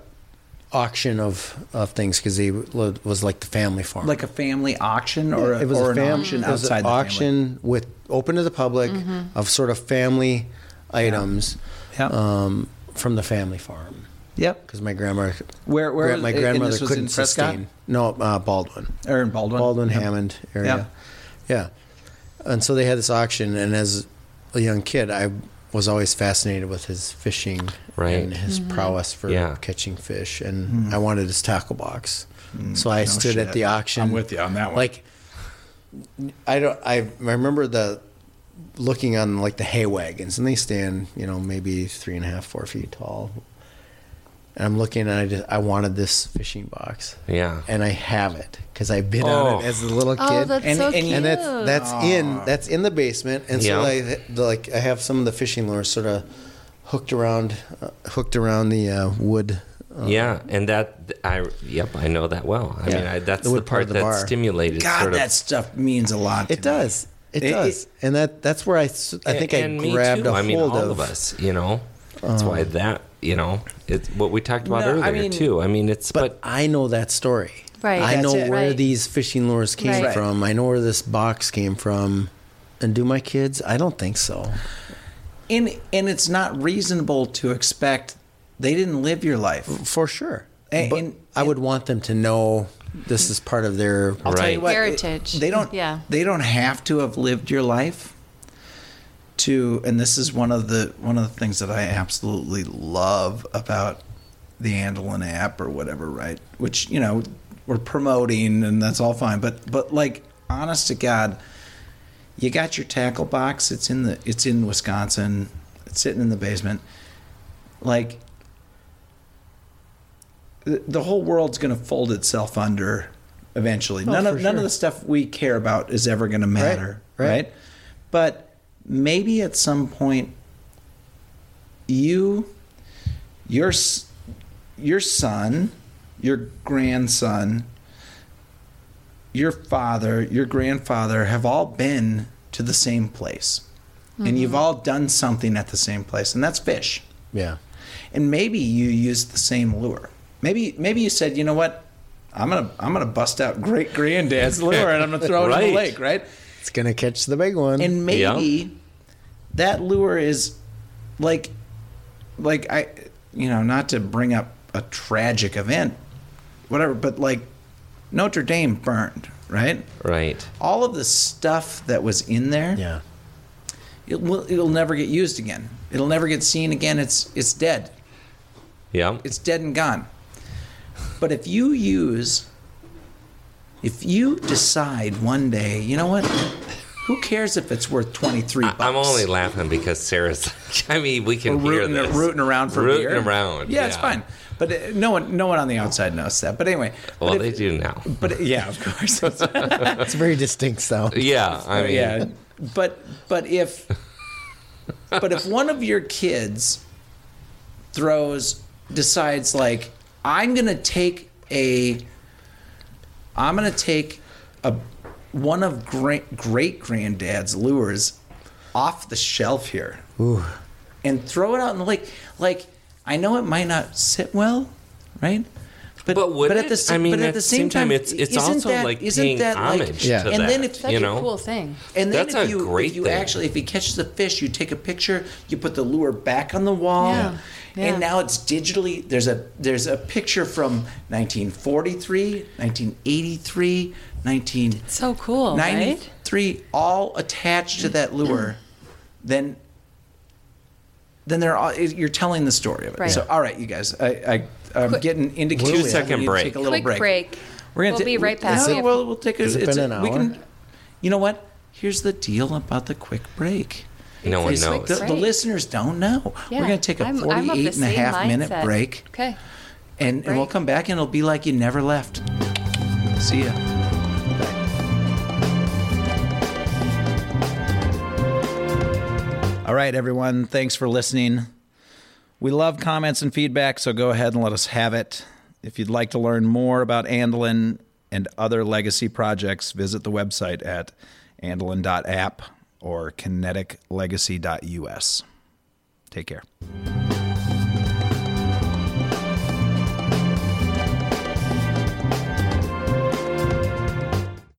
[SPEAKER 4] auction of of things because he lo- was like the family farm.
[SPEAKER 1] like a family auction or a,
[SPEAKER 4] it was
[SPEAKER 1] or
[SPEAKER 4] a
[SPEAKER 1] an
[SPEAKER 4] fam-
[SPEAKER 1] auction
[SPEAKER 4] it was
[SPEAKER 1] outside
[SPEAKER 4] an
[SPEAKER 1] the family.
[SPEAKER 4] auction with open to the public of sort of family items
[SPEAKER 1] Yeah.
[SPEAKER 4] um, from the family farm
[SPEAKER 1] Yep.
[SPEAKER 4] because my grandma,
[SPEAKER 1] Where- where-
[SPEAKER 4] gra- my
[SPEAKER 1] and this
[SPEAKER 4] grandmother
[SPEAKER 1] was in
[SPEAKER 4] couldn't
[SPEAKER 1] Prescott?
[SPEAKER 4] sustain. No, uh, Baldwin,
[SPEAKER 1] Or in Baldwin.
[SPEAKER 4] Baldwin
[SPEAKER 1] Yep.
[SPEAKER 4] Hammond area. Yeah. and so they had this auction, and as a young kid, I was always fascinated with his fishing
[SPEAKER 2] Right.
[SPEAKER 4] and his
[SPEAKER 1] Mm-hmm.
[SPEAKER 4] prowess for
[SPEAKER 2] Yeah.
[SPEAKER 4] catching fish, and I wanted his tackle box. so I stood
[SPEAKER 1] Mm. shit.
[SPEAKER 4] at the auction.
[SPEAKER 5] I'm with you on that one.
[SPEAKER 4] Like, I don't. I remember the looking on like the hay wagons, and they stand, you know, maybe three and a half, four feet tall. And I'm looking, and I just I wanted this fishing box,
[SPEAKER 2] Yeah.
[SPEAKER 4] and I have it because I bid
[SPEAKER 2] Oh.
[SPEAKER 4] on it as a little kid.
[SPEAKER 3] Oh, that's
[SPEAKER 1] And-
[SPEAKER 3] so
[SPEAKER 1] and-
[SPEAKER 3] cute.
[SPEAKER 4] and that's that's in that's in the basement, and so
[SPEAKER 2] Yeah.
[SPEAKER 4] I the, like I have some of the fishing lures sort of hooked around, uh, hooked around the uh, wood. Uh,
[SPEAKER 2] Yeah, and that I yep I know that well. I
[SPEAKER 4] Yeah.
[SPEAKER 2] mean I, that's
[SPEAKER 4] The
[SPEAKER 2] the,
[SPEAKER 4] wood
[SPEAKER 2] part
[SPEAKER 4] of the
[SPEAKER 2] that
[SPEAKER 4] bar.
[SPEAKER 2] stimulated
[SPEAKER 1] God,
[SPEAKER 2] sort of.
[SPEAKER 1] that stuff means a lot. To
[SPEAKER 4] It does. It,
[SPEAKER 1] It-
[SPEAKER 4] does.
[SPEAKER 1] it-
[SPEAKER 4] and that that's where I, s- I think
[SPEAKER 2] and
[SPEAKER 4] I grabbed a hold
[SPEAKER 2] I mean, all
[SPEAKER 4] of, Uh-huh.
[SPEAKER 2] of us. You know, that's why that you know it's what we talked about
[SPEAKER 1] No,
[SPEAKER 2] earlier
[SPEAKER 1] I mean-
[SPEAKER 2] too. I mean, it's but,
[SPEAKER 4] But, I know that story.
[SPEAKER 3] Right.
[SPEAKER 4] I
[SPEAKER 1] That's
[SPEAKER 4] know
[SPEAKER 1] it.
[SPEAKER 4] where
[SPEAKER 3] Right.
[SPEAKER 4] these fishing lures came
[SPEAKER 3] Right.
[SPEAKER 4] from. I know where this box came from. And do my kids? I don't think
[SPEAKER 1] me.
[SPEAKER 4] so.
[SPEAKER 1] And and it's not reasonable to expect they didn't live your life.
[SPEAKER 4] For sure.
[SPEAKER 1] And-
[SPEAKER 4] but
[SPEAKER 1] and-
[SPEAKER 4] I would want them to know this is part of their
[SPEAKER 1] I'll tell you
[SPEAKER 2] Right.
[SPEAKER 1] what, it-
[SPEAKER 3] Heritage.
[SPEAKER 1] they don't.
[SPEAKER 3] Yeah.
[SPEAKER 1] They don't have to have lived your life. To and this is one of the one of the things that I absolutely love about the Andelin app or whatever, right? Which you know we're promoting and that's all fine, but but like honest to God, you got your tackle box. It's in the it's in Wisconsin. It's sitting in the basement. Like the the whole world's going to fold itself under eventually. none of
[SPEAKER 4] Oh, for
[SPEAKER 1] none
[SPEAKER 4] sure.
[SPEAKER 1] of the stuff we care about is ever going to matter,
[SPEAKER 4] right.
[SPEAKER 1] right? But maybe at some point you your s- your son, your grandson, your father, your grandfather have all been to the same place.
[SPEAKER 4] Mm-hmm.
[SPEAKER 1] And you've all done something at the same place, and that's fish
[SPEAKER 4] Yeah.
[SPEAKER 1] and maybe you used the same lure. Maybe maybe you said, you know what, I'm gonna I'm gonna bust out great granddad's lure and I'm gonna throw it in
[SPEAKER 2] Right.
[SPEAKER 1] the lake, right?
[SPEAKER 4] It's going to catch the big one.
[SPEAKER 1] And maybe that lure is like like I you know, not to bring up a tragic event, whatever, but like Notre Dame burned, right?
[SPEAKER 2] Right.
[SPEAKER 1] All of the stuff that was in there,
[SPEAKER 4] yeah.
[SPEAKER 1] it will it'll never get used again. It'll never get seen again. It's it's dead.
[SPEAKER 2] Yeah.
[SPEAKER 1] it's dead and gone. But if you use, if you decide one day, you know what? Who cares if it's worth twenty three bucks?
[SPEAKER 2] I'm only laughing because Sarah's. Like, I mean, we
[SPEAKER 1] Or
[SPEAKER 2] can hear
[SPEAKER 1] rooting,
[SPEAKER 2] this.
[SPEAKER 1] rooting around for
[SPEAKER 2] rooting
[SPEAKER 1] beer.
[SPEAKER 2] around.
[SPEAKER 1] Yeah, it's fine. But uh, no one, no one on the outside knows that. But anyway,
[SPEAKER 2] Well,
[SPEAKER 1] but
[SPEAKER 2] they
[SPEAKER 1] if-
[SPEAKER 2] do now.
[SPEAKER 1] But yeah, of course.
[SPEAKER 4] It's a very distinct sound.
[SPEAKER 2] Yeah, I mean,
[SPEAKER 1] Oh, yeah, but but if but if one of your kids throws decides like I'm gonna take a I'm gonna take a one of great great granddad's lures off the shelf here and throw it out in the lake. Like I know it might not sit well, right?
[SPEAKER 2] But would it?
[SPEAKER 1] At the, sa-
[SPEAKER 2] I mean,
[SPEAKER 1] but at, the same time,
[SPEAKER 2] it's- it's
[SPEAKER 1] isn't
[SPEAKER 2] also,
[SPEAKER 1] that-
[SPEAKER 2] like,
[SPEAKER 1] isn't
[SPEAKER 2] paying
[SPEAKER 1] that, like-
[SPEAKER 2] homage
[SPEAKER 4] Yeah.
[SPEAKER 2] to
[SPEAKER 1] and then
[SPEAKER 2] that,
[SPEAKER 1] if
[SPEAKER 3] Such
[SPEAKER 2] you
[SPEAKER 3] a
[SPEAKER 2] know?
[SPEAKER 3] cool thing.
[SPEAKER 1] and then
[SPEAKER 2] That's
[SPEAKER 1] if
[SPEAKER 2] a
[SPEAKER 1] you,
[SPEAKER 2] great
[SPEAKER 1] if you
[SPEAKER 2] thing.
[SPEAKER 1] actually if he catches the fish, you take a picture, you put the lure back on the wall.
[SPEAKER 3] Yeah. Yeah.
[SPEAKER 1] And now it's digitally there's a there's a picture from 1943, 1983, 1993
[SPEAKER 3] So cool, right?
[SPEAKER 1] all attached to that lure. then then they're all you're telling the story of it.
[SPEAKER 3] Right.
[SPEAKER 1] So all right, you guys, I I I'm getting indicated.
[SPEAKER 2] Two-second break.
[SPEAKER 1] Take a little
[SPEAKER 3] Quick break.
[SPEAKER 1] we're gonna
[SPEAKER 3] we'll
[SPEAKER 1] ta-
[SPEAKER 3] be right
[SPEAKER 1] we-
[SPEAKER 3] back.
[SPEAKER 1] No, we'll, we'll take a.
[SPEAKER 4] Has it
[SPEAKER 1] it's
[SPEAKER 4] been
[SPEAKER 1] a-
[SPEAKER 4] an
[SPEAKER 1] we
[SPEAKER 4] hour?
[SPEAKER 1] can- you know what? Here's the deal about the quick break.
[SPEAKER 2] no one
[SPEAKER 3] It's like
[SPEAKER 2] knows.
[SPEAKER 1] The, the
[SPEAKER 3] Right.
[SPEAKER 1] listeners don't know.
[SPEAKER 3] Yeah,
[SPEAKER 1] We're going to take a
[SPEAKER 3] I'm- I'm of
[SPEAKER 1] 48
[SPEAKER 3] the
[SPEAKER 1] and a
[SPEAKER 3] same
[SPEAKER 1] half minute
[SPEAKER 3] mindset.
[SPEAKER 1] break,
[SPEAKER 3] Okay.
[SPEAKER 1] and, and we'll
[SPEAKER 3] break.
[SPEAKER 1] come back, and it'll be like you never left. See ya. All right, everyone. Thanks for listening. We love comments and feedback, so go ahead and let us have it. If you'd like to learn more about Andelin and other legacy projects, visit the website at andelin.app or kineticlegacy.us. Take care.